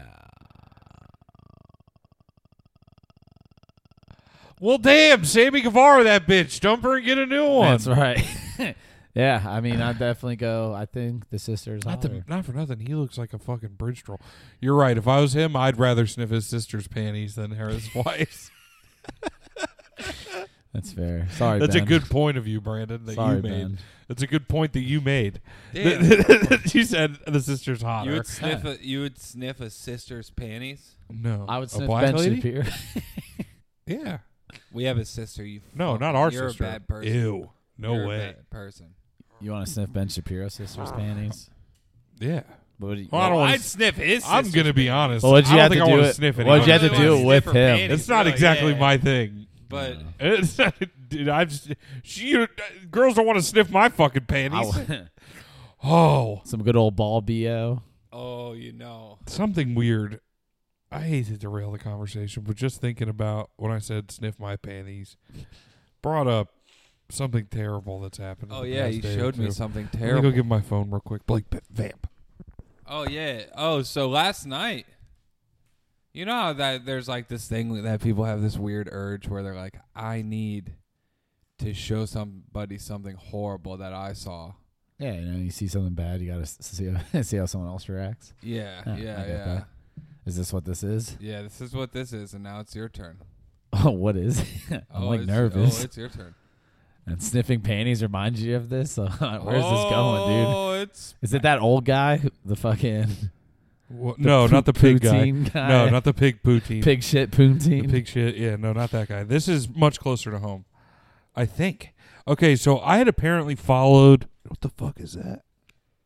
Speaker 3: Well, damn, Sammy Guevara, that bitch. Dump her and get a new one.
Speaker 2: That's right. yeah, I mean, I'd definitely go. I think the sister's
Speaker 3: Not,
Speaker 2: hotter.
Speaker 3: the, not for nothing. He looks like a fucking bridge troll. You're right. If I was him, I'd rather sniff his sister's panties than his wife's.
Speaker 2: That's fair. Sorry,
Speaker 3: That's
Speaker 2: ben.
Speaker 3: a good point of view, Brandon, that
Speaker 2: Sorry,
Speaker 3: you made.
Speaker 2: Ben.
Speaker 3: That's a good point that you made.
Speaker 6: Damn.
Speaker 3: you said the sister's hotter.
Speaker 6: you would sniff a you would sniff a sister's panties.
Speaker 3: No,
Speaker 2: I would
Speaker 3: a
Speaker 2: sniff
Speaker 3: black
Speaker 2: Ben
Speaker 3: lady?
Speaker 2: Shapiro.
Speaker 3: Yeah,
Speaker 6: We have a sister. You
Speaker 3: no,
Speaker 6: fucking-
Speaker 3: not our
Speaker 6: you're
Speaker 3: sister.
Speaker 6: A bad person.
Speaker 3: Ew, no
Speaker 6: You're a
Speaker 3: way.
Speaker 6: bad person.
Speaker 2: you want to sniff Ben Shapiro's sister's panties?
Speaker 3: Yeah,
Speaker 1: What would you,
Speaker 3: Well, I don't
Speaker 1: what-
Speaker 3: wanna
Speaker 6: I'd sniff his.
Speaker 3: I'm
Speaker 6: sister's
Speaker 3: gonna be honest.
Speaker 1: Well, what'd you
Speaker 3: I
Speaker 1: have
Speaker 3: don't think
Speaker 1: to
Speaker 3: I
Speaker 1: do
Speaker 3: want
Speaker 1: it-
Speaker 3: to sniff
Speaker 1: what'd you have to
Speaker 3: anymore.
Speaker 1: do it
Speaker 6: Really
Speaker 1: with
Speaker 6: wanna sniff her
Speaker 1: him?
Speaker 6: panties.
Speaker 3: It's not
Speaker 6: Really,
Speaker 3: exactly
Speaker 6: yeah.
Speaker 3: my thing.
Speaker 6: But
Speaker 3: It's not, dude, I've just- she, you, girls don't want to sniff my fucking
Speaker 1: I
Speaker 3: panties.
Speaker 1: w-
Speaker 3: oh,
Speaker 1: some good old ball bo.
Speaker 6: oh, you know,
Speaker 3: something weird. I hate to derail the conversation, but just thinking about when I said sniff my panties brought up something terrible that's happened. in
Speaker 5: Oh
Speaker 3: the
Speaker 5: yeah,
Speaker 3: past
Speaker 5: you
Speaker 3: day or
Speaker 5: showed me
Speaker 3: two.
Speaker 5: something
Speaker 3: Let me go
Speaker 5: terrible.
Speaker 3: give my phone real quick. Blake, p- vamp.
Speaker 5: Oh yeah. Oh, so last night, you know how that there's like this thing that people have this weird urge where they're like, I need to show somebody something horrible that I saw.
Speaker 2: Yeah, you know, you see something bad, you gotta s- see how, see how someone else reacts.
Speaker 5: Yeah, yeah,
Speaker 2: Yeah, I
Speaker 5: yeah,
Speaker 2: get
Speaker 5: yeah.
Speaker 2: that. Is this what this is?
Speaker 5: This is what this is, and now it's your turn.
Speaker 2: Oh, what is? It? I'm
Speaker 5: oh,
Speaker 2: like
Speaker 5: it's-
Speaker 2: nervous.
Speaker 5: Oh, it's your turn.
Speaker 2: and sniffing panties reminds you of this. So where's this going, dude?
Speaker 5: Oh, it's
Speaker 2: Is it that old guy, who- the fucking
Speaker 3: Wha- no, not the pig guy.
Speaker 2: poutine guy?
Speaker 3: No, not the pig poutine.
Speaker 2: pig shit poutine.
Speaker 3: The pig shit. Yeah, no, not that guy. This is much closer to home, I think. Okay, so I had apparently followed. What the fuck is that?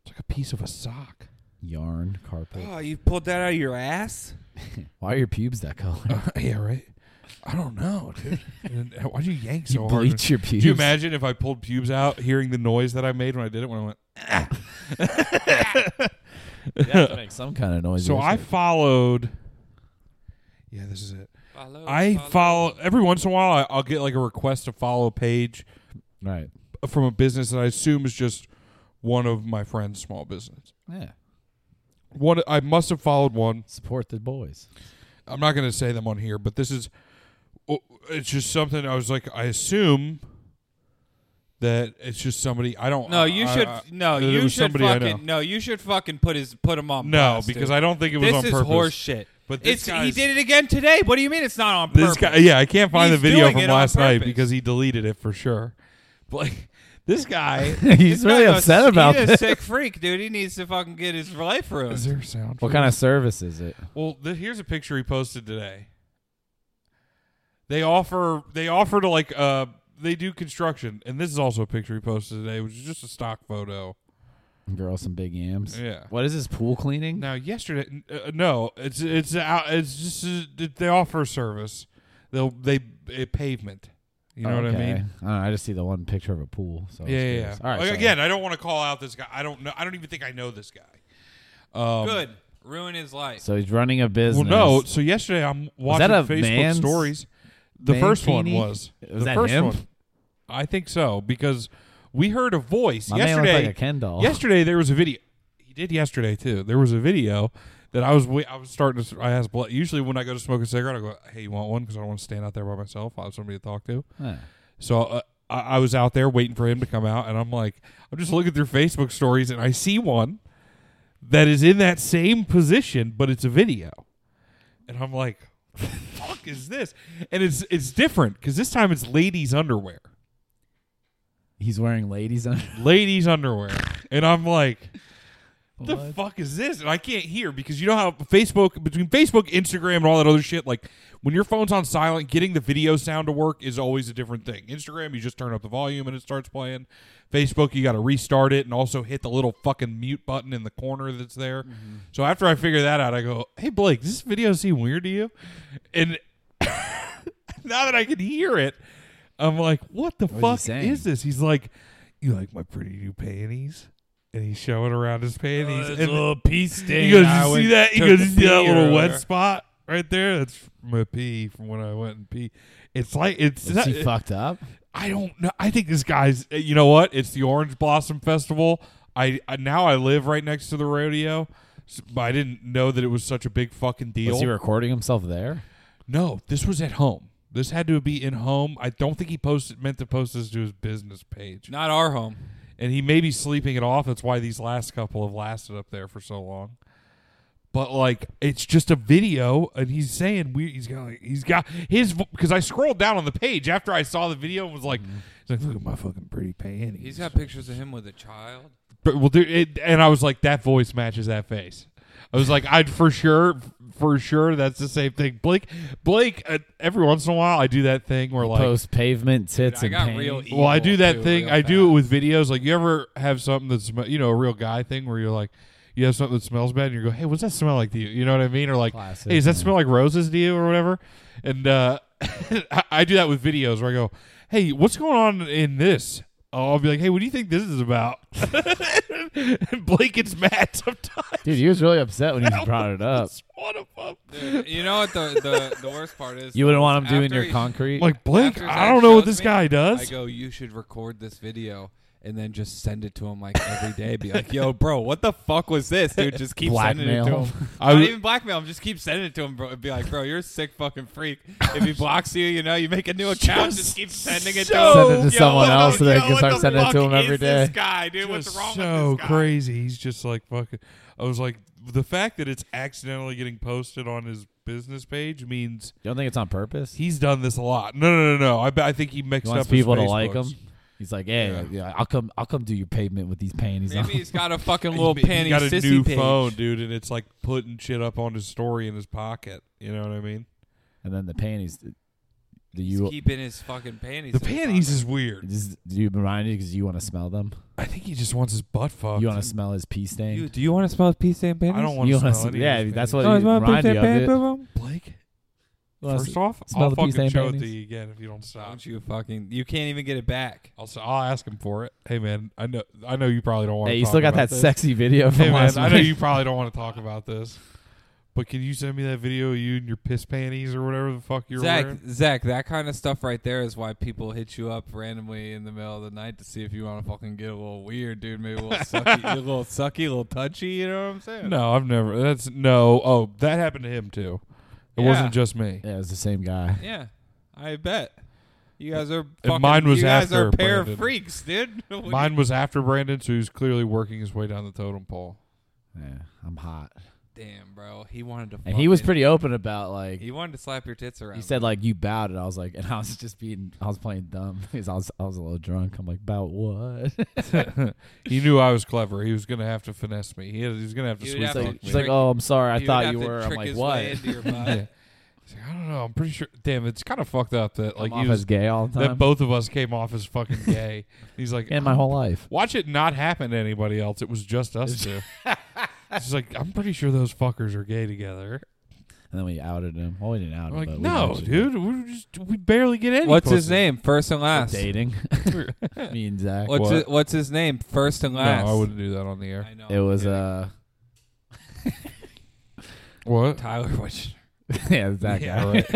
Speaker 3: It's like a piece of a sock.
Speaker 2: yarn carpet.
Speaker 5: oh, you pulled that out of your ass.
Speaker 2: Why are your pubes that color?
Speaker 3: yeah, right. I don't know, dude. And uh, Why'd you yank
Speaker 2: you
Speaker 3: so hard?
Speaker 2: bleach your pubes.
Speaker 3: Do you imagine if I pulled pubes out, hearing the noise that I made when I did it? When I went.
Speaker 2: You have to make some kind of noise.
Speaker 3: So
Speaker 2: with
Speaker 3: I
Speaker 2: it.
Speaker 3: followed. Yeah, this is it.
Speaker 5: Follow,
Speaker 3: I follow every once in a while. I, I'll get like a request to follow a page
Speaker 2: right.
Speaker 3: from a business that I assume is just one of my friend's small business.
Speaker 2: Yeah.
Speaker 3: One I must have followed one.
Speaker 2: Support the boys.
Speaker 3: I'm not going to say them on here, but this is it's just something I was like I assume that it's just somebody I don't
Speaker 5: No,
Speaker 3: I-
Speaker 5: you
Speaker 3: I-
Speaker 5: should.
Speaker 3: I-
Speaker 5: no,
Speaker 3: Uh, there
Speaker 5: you
Speaker 3: was
Speaker 5: should
Speaker 3: somebody I
Speaker 5: fucking. No, you should fucking put his put him on.
Speaker 3: No,
Speaker 5: blast,
Speaker 3: because
Speaker 5: dude.
Speaker 3: I don't think it was
Speaker 5: this
Speaker 3: on purpose.
Speaker 5: is horse shit.
Speaker 3: But this
Speaker 5: it's he
Speaker 3: guy's-
Speaker 5: did it again today. What do you mean it's not on
Speaker 3: This
Speaker 5: purpose?
Speaker 3: guy, yeah, I can't find
Speaker 5: He's
Speaker 3: the video
Speaker 5: doing
Speaker 3: from
Speaker 5: it on
Speaker 3: last night
Speaker 5: purpose.
Speaker 3: because he deleted it for sure. But like this guy,
Speaker 2: He's
Speaker 5: This
Speaker 2: really
Speaker 5: guy's a-
Speaker 2: upset about
Speaker 5: he's
Speaker 2: this.
Speaker 5: a sick freak, dude. He needs to fucking get his life
Speaker 3: is
Speaker 5: ruined.
Speaker 3: there a sound?
Speaker 2: What kind of service is it?
Speaker 3: Well, th- here's a picture he posted today. They offer they offer to like uh they do construction, and this is also a picture he posted today, which is just a stock photo.
Speaker 2: Girl, some big yams.
Speaker 3: Yeah.
Speaker 2: What is this pool cleaning?
Speaker 3: Now yesterday, n- uh, no, it's it's out. It's just uh, they offer a service. They'll they uh, pavement. You know what I
Speaker 2: Okay. I,
Speaker 3: mean?
Speaker 2: don't know, I just see the one picture of a pool. So I was
Speaker 3: Yeah, yeah.
Speaker 2: curious.
Speaker 3: yeah.
Speaker 2: All right.
Speaker 3: Like,
Speaker 2: sorry.
Speaker 3: again, I don't want to call out this guy. I don't know. I don't even think I know this guy. Um,
Speaker 5: Good. Ruin his life.
Speaker 2: So he's running a business.
Speaker 3: Well, no. So yesterday I'm watching
Speaker 2: that a
Speaker 3: Facebook
Speaker 2: man's-
Speaker 3: stories. The first one
Speaker 2: Mankini?
Speaker 3: was
Speaker 2: Was
Speaker 3: the
Speaker 2: that
Speaker 3: first
Speaker 2: him?
Speaker 3: one. I think so because we heard a voice
Speaker 2: My man
Speaker 3: yesterday.
Speaker 2: looked like a Ken doll.
Speaker 3: Yesterday there was a video. He did yesterday too. There was a video that I was wa- I was starting to. I asked Bla- usually when I go to smoke a cigarette, I go, "Hey, you want one?" Because I don't want to stand out there by myself. I have somebody to talk to.
Speaker 2: Huh.
Speaker 3: So uh, I, I was out there waiting for him to come out, and I'm like, I'm just looking through Facebook stories, and I see one that is in that same position, but it's a video, and I'm like, what the fuck is this? And it's it's different because this time it's ladies' underwear,
Speaker 2: He's wearing ladies under.
Speaker 3: ladies' underwear, and I'm like. The
Speaker 2: What?
Speaker 3: fuck is this? And I can't hear because you know how Facebook between Facebook, Instagram, and all that other shit. Like when your phone's on silent, getting the video sound to work is always a different thing. Instagram, you just turn up the volume and it starts playing. Facebook, you got to restart it and also hit the little fucking mute button in the corner that's there.
Speaker 2: Mm-hmm.
Speaker 3: So after I figure that out, I go, "Hey Blake, does this video seem weird to you?" And now that I can hear it, I'm like, "What the
Speaker 2: What is he
Speaker 3: fuck
Speaker 2: saying?
Speaker 3: is this?" He's like, "You like my pretty new panties?" And he's showing around his panties. and
Speaker 5: piece
Speaker 3: he goes, you see that? He goes, you see that little wet spot right there? That's my pee from when I went and pee. It's like it's.
Speaker 2: Is
Speaker 3: not-
Speaker 2: he fucked up?
Speaker 3: I don't know. I think this guy's. uh, You know what? It's the Orange Blossom Festival. I, I now I live right next to the rodeo, s- but I didn't know that it was such a big fucking deal.
Speaker 2: Was he recording himself there?
Speaker 3: No, this was at home. This had to be in home. I don't think he posted meant to post this to his business page.
Speaker 5: Not our home.
Speaker 3: And he may be sleeping it off. That's why these last couple have lasted up there for so long. But like it's just a video and he's saying we he's got like he's got his because I scrolled down on the page after I saw the video and was like, he's like look at my fucking pretty panties.
Speaker 5: Mm-hmm. He's got pictures of him with a child.
Speaker 3: But, well, dude, it, and I was like, that voice matches that face. I was like, I'd for sure, for sure, that's the same thing. Blake, Blake. Uh, every once in a while, I do that thing where like,
Speaker 2: Post pavement tits
Speaker 5: I
Speaker 2: and
Speaker 5: got
Speaker 2: pain.
Speaker 5: real. Evil
Speaker 3: well, I do that
Speaker 5: too,
Speaker 3: thing.
Speaker 5: real
Speaker 3: I do it
Speaker 5: fast.
Speaker 3: with videos. Like, you ever have something that's you know a real guy thing where you're like, you have something that smells bad, and you go, "Hey, what's that smell like to you?" You know what I mean? Or like,
Speaker 2: Classic,
Speaker 3: "Hey, does that
Speaker 2: yeah.
Speaker 3: smell like roses to you?" Or whatever. And uh, I, I do that with videos where I go, "Hey, what's going on in this?" Oh, I'll be like, "Hey, what do you think this is about?" and Blake gets mad sometimes.
Speaker 2: Dude, he was really upset when you brought it up.
Speaker 3: It's one of 'em.
Speaker 6: Dude, you know what the, the, the worst part is?
Speaker 2: You wouldn't want him doing
Speaker 6: After
Speaker 2: your
Speaker 6: he-
Speaker 2: concrete.
Speaker 3: Like Blake,
Speaker 6: After
Speaker 3: I
Speaker 6: Zach
Speaker 3: don't know what
Speaker 6: shows
Speaker 3: this
Speaker 6: me,
Speaker 3: guy
Speaker 6: I
Speaker 3: does.
Speaker 6: go, you should record this video and then just send it to him like every day. Be like, yo, bro, what the fuck was this, dude? Just keep sending
Speaker 2: Blackmail.
Speaker 6: it to him.
Speaker 3: I
Speaker 6: Not
Speaker 3: would-
Speaker 6: even blackmail him. Just keep sending it to him, bro. And be like, bro, you're a sick fucking freak. If he blocks you, you know, you make a new account. Just, keep sending it to him.
Speaker 2: Send it to
Speaker 6: Yo,
Speaker 2: someone
Speaker 6: what the-
Speaker 2: else so they
Speaker 6: yo,
Speaker 2: can
Speaker 6: what
Speaker 2: start
Speaker 6: the
Speaker 2: sending it to
Speaker 6: fuck
Speaker 2: him every
Speaker 6: is this
Speaker 2: day.
Speaker 6: guy, dude? What's
Speaker 3: Just
Speaker 6: wrong
Speaker 3: so
Speaker 6: with this guy?
Speaker 3: crazy. He's just like fucking. I was like, the fact that it's accidentally getting posted on his business page means
Speaker 2: you don't think it's on purpose?
Speaker 3: he's done this a lot. No, no, no, no. I, I think he mixed
Speaker 2: He wants
Speaker 3: up his
Speaker 2: people to like him.
Speaker 3: Facebooks.
Speaker 2: He's like, hey, yeah. I'll come, I'll come do your pavement with these panties
Speaker 6: Maybe
Speaker 2: on.
Speaker 6: he's got a fucking
Speaker 3: He-
Speaker 6: little
Speaker 3: he
Speaker 6: panty
Speaker 3: got a
Speaker 6: sissy
Speaker 3: new
Speaker 6: page.
Speaker 3: phone, dude, and it's like putting shit up on his story in his pocket. You know what I mean?
Speaker 2: and then the panties. Do
Speaker 6: He's
Speaker 2: you
Speaker 6: keeping his fucking panties.
Speaker 3: The
Speaker 6: in his
Speaker 3: panties
Speaker 6: pocket.
Speaker 3: is weird.
Speaker 2: just, do you remind you because you want to smell them?
Speaker 3: I think he just wants his butt fucked.
Speaker 2: You want to smell his pee stain?
Speaker 5: You, do you want to smell pee stain panties?
Speaker 3: I don't want
Speaker 2: You
Speaker 3: to
Speaker 2: wanna
Speaker 3: smell
Speaker 2: sm-
Speaker 3: any of
Speaker 2: yeah,
Speaker 3: his
Speaker 2: that's
Speaker 3: panties.
Speaker 2: what
Speaker 5: Oh, smell
Speaker 2: remind
Speaker 5: pee
Speaker 2: you
Speaker 5: stain
Speaker 2: of it.
Speaker 5: panties? boom,
Speaker 3: Blake.
Speaker 2: You wanna
Speaker 3: First
Speaker 2: s-
Speaker 3: off,
Speaker 2: smell
Speaker 3: I'll
Speaker 2: the pee
Speaker 3: fucking
Speaker 2: stain
Speaker 3: show it
Speaker 2: panties?
Speaker 3: to you again if you don't stop.
Speaker 6: Don't you fucking? You can't even get it back.
Speaker 3: I'll, s- I'll ask him for it. Hey man, I know I know you probably don't want.
Speaker 2: Hey,
Speaker 3: to
Speaker 2: you still got that sexy video from
Speaker 3: Hey
Speaker 2: last
Speaker 3: man, I know
Speaker 2: week.
Speaker 3: you probably don't want to talk about this, but can you send me that video of you and your piss panties or whatever the fuck you're
Speaker 6: Zach,
Speaker 3: wearing?
Speaker 6: Zach, that kind of stuff right there is why people hit you up randomly in the middle of the night to see if you want to fucking get a little weird, dude. Maybe a little sucky, a little sucky, a little touchy. You know what I'm saying?
Speaker 3: No, I've never. That's no. Oh, that happened to him too. It
Speaker 6: Yeah.
Speaker 3: wasn't just me.
Speaker 2: Yeah, it was the same guy.
Speaker 6: Yeah, I bet. You guys are. Fucking,
Speaker 3: mine was
Speaker 6: you guys
Speaker 3: after
Speaker 6: are a pair of
Speaker 3: Brandon.
Speaker 6: freaks, dude. What do you-
Speaker 3: Mine was after Brandon, so he's clearly working his way down the totem pole.
Speaker 2: Yeah, I'm hot.
Speaker 6: Damn, bro. He wanted to.
Speaker 2: And he was
Speaker 6: fucking-
Speaker 2: pretty open about like
Speaker 6: He wanted to slap your tits around.
Speaker 2: He said like you bowed, and I was like, and I was just being, I was playing dumb because I was, I was a little drunk. I'm like, about what?
Speaker 3: He knew I was clever. He was gonna have to finesse me. He, had, he was gonna have to
Speaker 6: He would
Speaker 3: sweet
Speaker 6: have
Speaker 2: She's
Speaker 6: to
Speaker 3: talk
Speaker 2: like,
Speaker 3: me.
Speaker 2: she's
Speaker 6: trick-
Speaker 2: like, oh, I'm sorry,
Speaker 6: He
Speaker 2: I
Speaker 6: would
Speaker 2: thought
Speaker 6: have
Speaker 2: you
Speaker 6: to
Speaker 2: were. I'm
Speaker 6: trick
Speaker 2: like,
Speaker 6: his
Speaker 2: what?
Speaker 6: way into your
Speaker 3: Yeah.
Speaker 6: body.
Speaker 3: He's like, I don't know. I'm pretty sure. Damn, it's kind of fucked up that like
Speaker 2: Like, I'm
Speaker 3: he
Speaker 2: off
Speaker 3: was
Speaker 2: as gay all the time.
Speaker 3: that both of us came off as fucking gay. He's like,
Speaker 2: and my whole life.
Speaker 3: watch it not happen to anybody else. It was just us two. It's just like I'm pretty sure those fuckers are gay together.
Speaker 2: And then we outed him. Well, we didn't out him.
Speaker 3: I'm like,
Speaker 2: but we
Speaker 3: no,
Speaker 2: actually
Speaker 3: dude, we were just we barely get any.
Speaker 6: What's his
Speaker 3: pussy."
Speaker 6: name? First and
Speaker 2: were
Speaker 6: last.
Speaker 2: Dating. Me and Zach.
Speaker 6: What's
Speaker 3: What?
Speaker 6: his, what's his name? First and
Speaker 3: No,
Speaker 6: last.
Speaker 3: I wouldn't do that on the air.
Speaker 6: I know.
Speaker 2: it was
Speaker 6: yeah.
Speaker 2: uh,
Speaker 3: What?
Speaker 6: Tyler Witcher.
Speaker 2: yeah, Zach.
Speaker 3: Yeah,
Speaker 2: guy.
Speaker 3: right.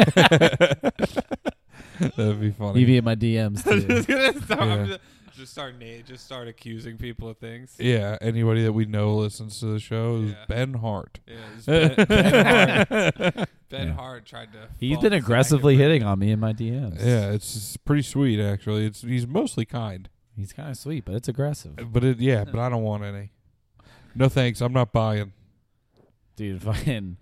Speaker 3: That'd be funny.
Speaker 2: You be in my DMs too.
Speaker 3: I'm
Speaker 6: just, start just start accusing people of things.
Speaker 3: yeah, anybody that we know listens to the show is
Speaker 6: Yeah.
Speaker 3: Ben Hart.
Speaker 6: Yeah, it's ben, ben, Hart, ben
Speaker 2: Yeah.
Speaker 6: Hart tried to.
Speaker 2: He's
Speaker 6: fault
Speaker 2: been
Speaker 6: Zach
Speaker 2: aggressively
Speaker 6: for-
Speaker 2: hitting on me in my DMs.
Speaker 3: Yeah, it's, it's pretty sweet actually. It's he's mostly kind,
Speaker 2: he's kind of sweet, but it's aggressive,
Speaker 3: but it, yeah, but I don't want any. No thanks, I'm not buying.
Speaker 2: dude. Fucking.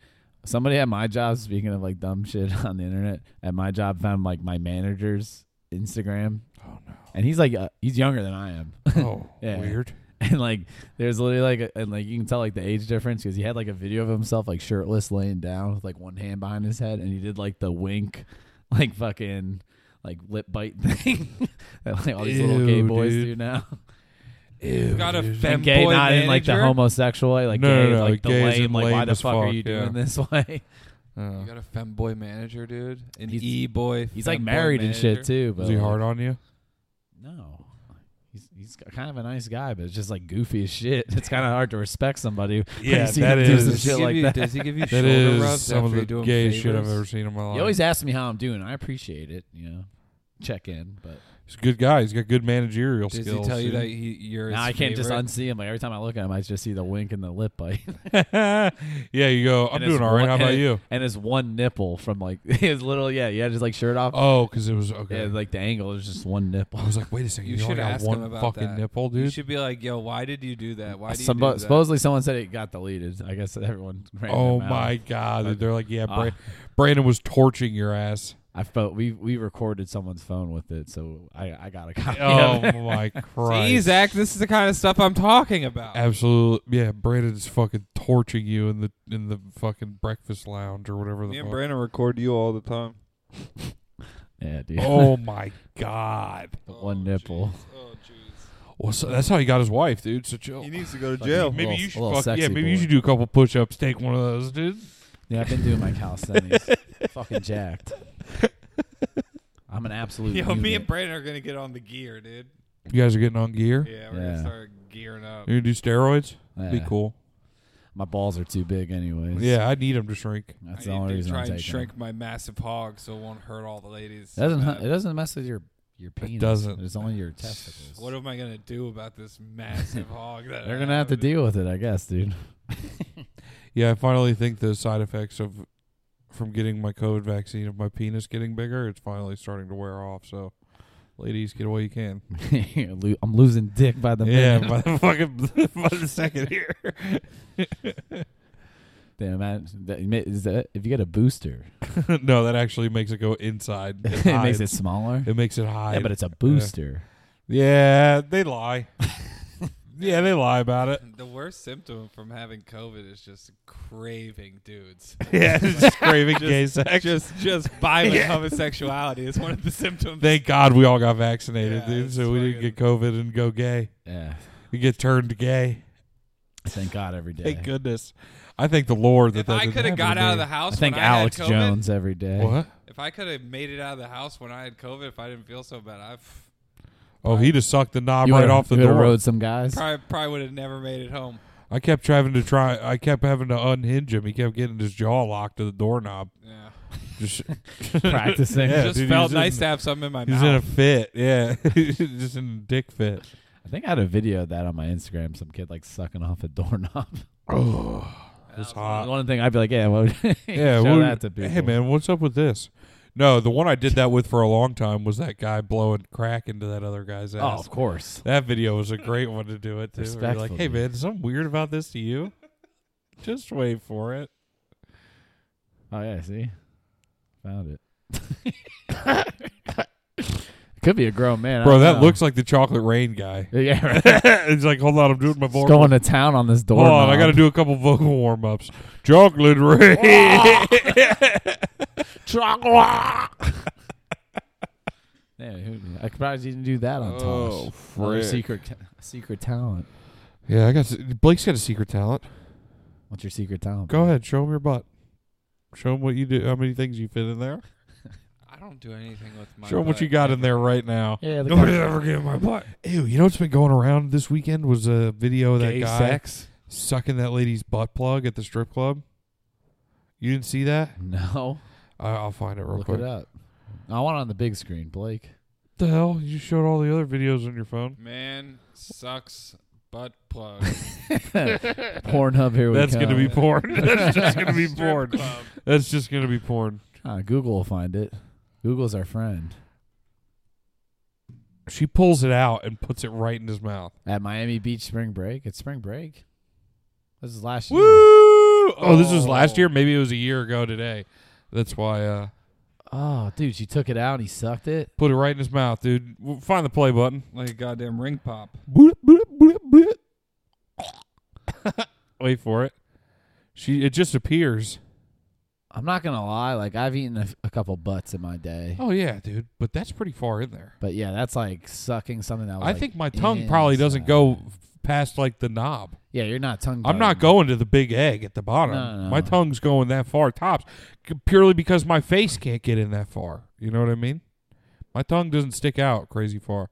Speaker 2: Somebody at my job, speaking of like dumb shit on the internet, at my job found like my manager's Instagram,
Speaker 3: Oh no.
Speaker 2: and he's like, uh, he's younger than I am.
Speaker 3: Oh,
Speaker 2: Yeah.
Speaker 3: weird.
Speaker 2: and like there's literally like a, and like you can tell like the age difference because he had like a video of himself like shirtless laying down with like one hand behind his head and he did like the wink like fucking like lip bite thing that like all these little gay
Speaker 3: Ew,
Speaker 2: boys
Speaker 3: dude.
Speaker 2: do now
Speaker 3: Ew,
Speaker 6: Got a
Speaker 3: dude.
Speaker 6: fem-
Speaker 2: and gay
Speaker 6: boy
Speaker 2: not in like the
Speaker 6: manager?
Speaker 2: homosexual way like
Speaker 3: No,
Speaker 2: gay
Speaker 3: no, no,
Speaker 2: like the
Speaker 3: gay as in
Speaker 2: lame like why
Speaker 3: lame
Speaker 2: the
Speaker 3: as
Speaker 2: fuck, are
Speaker 3: fuck,
Speaker 2: you
Speaker 3: yeah.
Speaker 2: doing this way
Speaker 3: Oh.
Speaker 6: You got a femboy manager, dude. An
Speaker 2: He's-
Speaker 6: e boy.
Speaker 2: he's like married and shit too but
Speaker 3: Was he
Speaker 2: like,
Speaker 3: hard on you?
Speaker 2: no He's, he's kind of a nice guy, but it's just like goofy as shit. It's kind of hard to respect somebody. when you
Speaker 3: Yeah,
Speaker 2: see
Speaker 3: that
Speaker 2: him do some
Speaker 3: is-
Speaker 6: Does he,
Speaker 2: shit
Speaker 6: give
Speaker 2: like
Speaker 6: you,
Speaker 2: that.
Speaker 6: does he give you
Speaker 3: That
Speaker 6: shoulder
Speaker 3: is
Speaker 6: rubs
Speaker 3: some
Speaker 6: after
Speaker 3: of
Speaker 6: you're
Speaker 3: the
Speaker 6: doing
Speaker 3: gayest
Speaker 6: favors?
Speaker 3: shit I've ever seen in my life.
Speaker 2: He always asks me how I'm doing. I appreciate it, you know. Check in, but
Speaker 3: He's a good guy. He's got good managerial
Speaker 6: Does
Speaker 3: skills.
Speaker 6: he tell you
Speaker 3: dude.
Speaker 6: that he, you're?
Speaker 2: now
Speaker 6: his
Speaker 2: I can't just
Speaker 6: favorite?
Speaker 2: unsee him. Like every time I look at him, I just see the wink and the lip bite.
Speaker 3: yeah, you go. I'm
Speaker 2: And
Speaker 3: doing
Speaker 2: it's
Speaker 3: all right.
Speaker 2: one-
Speaker 3: How
Speaker 2: and
Speaker 3: about
Speaker 2: it-
Speaker 3: you?
Speaker 2: And his one nipple from like his little yeah, yeah, just like shirt off.
Speaker 3: Oh, because it was okay.
Speaker 2: yeah, like the angle is just one nipple.
Speaker 3: I was like, wait a second.
Speaker 6: You
Speaker 3: You, only
Speaker 6: should
Speaker 3: got
Speaker 6: ask him
Speaker 3: one
Speaker 6: about
Speaker 3: fucking
Speaker 6: that.
Speaker 3: nipple,
Speaker 6: You
Speaker 3: dude.
Speaker 6: should be like, yo, why did you do that? Why do you
Speaker 2: Suppo-
Speaker 6: do that?
Speaker 2: Uh, supposedly someone said it got deleted. I guess everyone. ran
Speaker 3: oh
Speaker 2: them out.
Speaker 3: my god, dude. they're like, yeah,
Speaker 6: Uh,
Speaker 2: Ah.
Speaker 3: Bra- Brandon was torching your ass.
Speaker 2: I felt we we recorded someone's phone with it, so I I got a copy.
Speaker 3: Oh
Speaker 2: of it.
Speaker 3: my
Speaker 6: See,
Speaker 3: Christ!
Speaker 6: Zach, this is the kind of stuff I'm talking about.
Speaker 3: Absolutely, yeah. Brandon is fucking torching you in the in the fucking breakfast lounge or whatever the fuck.
Speaker 6: Brandon record you all the time.
Speaker 2: Yeah, dude.
Speaker 3: oh my god!
Speaker 2: One nipple.
Speaker 6: Oh, jeez.
Speaker 3: Well, so that's how he got his wife, dude. So chill.
Speaker 1: He needs to
Speaker 6: Oh,
Speaker 1: go to
Speaker 2: Fucking-
Speaker 1: jail.
Speaker 3: Maybe
Speaker 2: Little-
Speaker 3: you should
Speaker 2: little
Speaker 3: fuck,
Speaker 2: sexy
Speaker 3: yeah. Maybe you
Speaker 2: boy.
Speaker 3: should do a couple push-ups. Take one of those, dude.
Speaker 2: Yeah, I've been doing my calisthenics. Fucking jacked. I'm an absolute.
Speaker 6: Yo, me
Speaker 2: unit.
Speaker 6: and Brandon are gonna get on the gear, dude.
Speaker 3: You guys are getting on gear.
Speaker 6: Yeah, we're
Speaker 2: Yeah.
Speaker 6: gonna start gearing up.
Speaker 3: You're gonna do steroids. Be
Speaker 2: Yeah.
Speaker 3: cool.
Speaker 2: My balls are too big, anyways.
Speaker 3: Yeah, I need him to shrink.
Speaker 2: that's the
Speaker 6: I need
Speaker 2: only
Speaker 6: to
Speaker 2: reason
Speaker 6: try
Speaker 2: I'm taking.
Speaker 6: and shrink
Speaker 2: It
Speaker 6: my massive hog so it won't hurt all the ladies.
Speaker 2: It doesn't.
Speaker 6: Uh,
Speaker 2: It doesn't mess with your your penis.
Speaker 3: doesn't.
Speaker 2: It's only your testicles.
Speaker 6: What am I gonna do about this massive hog? That I
Speaker 2: They're gonna have to deal with it, I guess, dude.
Speaker 3: Yeah, I finally think the side effects of from getting my COVID vaccine of my penis getting bigger, it's finally starting to wear off. So, ladies, get away you can.
Speaker 2: Lo- I'm losing dick by the
Speaker 3: yeah,
Speaker 2: minute.
Speaker 3: by the fucking by the second here.
Speaker 2: Damn, man. That, is that, if you get a booster,
Speaker 3: no, that actually makes it go inside.
Speaker 2: it makes
Speaker 3: hides.
Speaker 2: it smaller.
Speaker 3: It makes it high.
Speaker 2: yeah, but it's a booster.
Speaker 3: yeah, they lie. yeah, they lie about it.
Speaker 6: The worst symptom from having COVID is just craving dudes.
Speaker 3: Yeah, it's just craving gay sex.
Speaker 6: just, just violent homosexuality is one of the symptoms.
Speaker 3: Thank God we all got vaccinated,
Speaker 6: Yeah,
Speaker 3: dude.
Speaker 6: it's
Speaker 3: So we didn't get COVID and go gay.
Speaker 2: Yeah.
Speaker 3: We get turned gay.
Speaker 2: Thank God every day.
Speaker 3: Thank goodness. I thank the Lord that
Speaker 6: if
Speaker 3: that
Speaker 6: I
Speaker 3: didn't
Speaker 6: could have
Speaker 3: happen
Speaker 6: got
Speaker 3: to
Speaker 6: out of
Speaker 3: me.
Speaker 6: the house,
Speaker 2: I thank
Speaker 6: when I had
Speaker 2: Alex
Speaker 6: COVID,
Speaker 2: Jones every day.
Speaker 3: What?
Speaker 6: If I could have made it out of the house when I had COVID, if I didn't feel so bad, I
Speaker 3: Oh, he'd have sucked the knob
Speaker 2: You
Speaker 3: right
Speaker 2: would've-
Speaker 3: off the
Speaker 2: you would've
Speaker 3: door.
Speaker 2: rode some guys.
Speaker 6: probably probably would have never made it home.
Speaker 3: I kept having to try. I kept having to unhinge him. He kept getting his jaw locked to the doorknob.
Speaker 6: Yeah,
Speaker 3: Just,
Speaker 2: Practicing.
Speaker 3: Yeah,
Speaker 6: just
Speaker 3: dude,
Speaker 6: felt
Speaker 3: he's
Speaker 6: nice
Speaker 3: in-
Speaker 6: to have something in my
Speaker 3: he's
Speaker 6: mouth.
Speaker 3: in a fit. Yeah, just in a dick fit.
Speaker 2: I think I had a video of that on my Instagram. Some kid like sucking off a doorknob.
Speaker 3: It's
Speaker 2: The
Speaker 3: hot.
Speaker 2: one thing I'd be like, yeah, well,
Speaker 3: Uh, Yeah.
Speaker 2: show
Speaker 3: what-
Speaker 2: that to people.
Speaker 3: hey man, what's up with this? No, the one I did that with for a long time was that guy blowing crack into that other guy's
Speaker 2: Oh,
Speaker 3: ass.
Speaker 2: of course.
Speaker 3: That video was a great one to do it too. where You're like, hey
Speaker 2: Respectfully.
Speaker 3: man, is something weird about this to you? Just wait for it.
Speaker 2: Oh yeah, see, found it. Could be a grown man, I
Speaker 3: Bro,
Speaker 2: don't
Speaker 3: that
Speaker 2: know.
Speaker 3: looks like the chocolate rain guy.
Speaker 2: yeah. Right.
Speaker 3: it's like, hold on, I'm doing my
Speaker 2: Just
Speaker 3: vocal.
Speaker 2: going to town on this door.
Speaker 3: Hold on, I got to do a couple vocal warm ups. Chocolate rain.
Speaker 2: Yeah, who, I'm surprised you didn't do that on
Speaker 1: Oh,
Speaker 2: Tosh. Another
Speaker 1: frick.
Speaker 2: secret, ta- secret talent.
Speaker 3: yeah, I got. s- Blake's got a secret talent.
Speaker 2: What's your secret talent?
Speaker 3: Go ahead, show him your butt. Show him what you do. How many things you fit in there?
Speaker 6: I don't do anything with my.
Speaker 3: show him what
Speaker 6: butt.
Speaker 3: you got in there right now.
Speaker 2: Yeah, the
Speaker 3: Nobody's
Speaker 2: guy,
Speaker 3: ever getting my butt. Ew, you know what's been going around this weekend was a video of that
Speaker 6: Gay
Speaker 3: guy
Speaker 6: sex.
Speaker 3: sucking that lady's butt plug at the strip club. You didn't see that?
Speaker 2: no,
Speaker 3: I, I'll find it real
Speaker 2: look
Speaker 3: quick.
Speaker 2: it up. I want it on the big screen, Blake.
Speaker 3: the hell? You showed all the other videos on your phone.
Speaker 6: Man sucks butt plug. Uh,
Speaker 2: Pornhub here we
Speaker 3: That's
Speaker 2: come.
Speaker 3: gonna be porn. That's just gonna be
Speaker 6: Strip
Speaker 3: porn.
Speaker 6: club.
Speaker 3: That's just gonna be porn.
Speaker 2: Ah, Google will find it. Google's our friend.
Speaker 3: She pulls it out and puts it right in his mouth.
Speaker 2: At Miami Beach spring break. It's spring break. This is last
Speaker 3: Woo!
Speaker 2: year.
Speaker 3: Oh, this was last year. Maybe it was a year ago today. That's why. Uh,
Speaker 2: Oh, dude, she took it out and he sucked it.
Speaker 3: put it right in his mouth, dude. W- Find the play button.
Speaker 6: Like a goddamn ring pop.
Speaker 3: Bloop, bloop, bloop, bloop. Wait for it. She. It just appears.
Speaker 2: I'm not gonna lie, like I've eaten a, a couple butts in my day,
Speaker 3: Oh yeah, dude. But that's pretty far in there.
Speaker 2: but yeah, that's like sucking something that. Was
Speaker 3: I
Speaker 2: like,
Speaker 3: think my tongue probably doesn't
Speaker 2: inside.
Speaker 3: go past like the knob.
Speaker 2: Yeah, you're not tongue.
Speaker 3: I'm not
Speaker 2: biting.
Speaker 3: going to the big egg at the bottom.
Speaker 2: No, no,
Speaker 3: My
Speaker 2: no.
Speaker 3: tongue's going that far tops c- purely because my face can't get in that far. You know what I mean? My tongue doesn't stick out crazy far.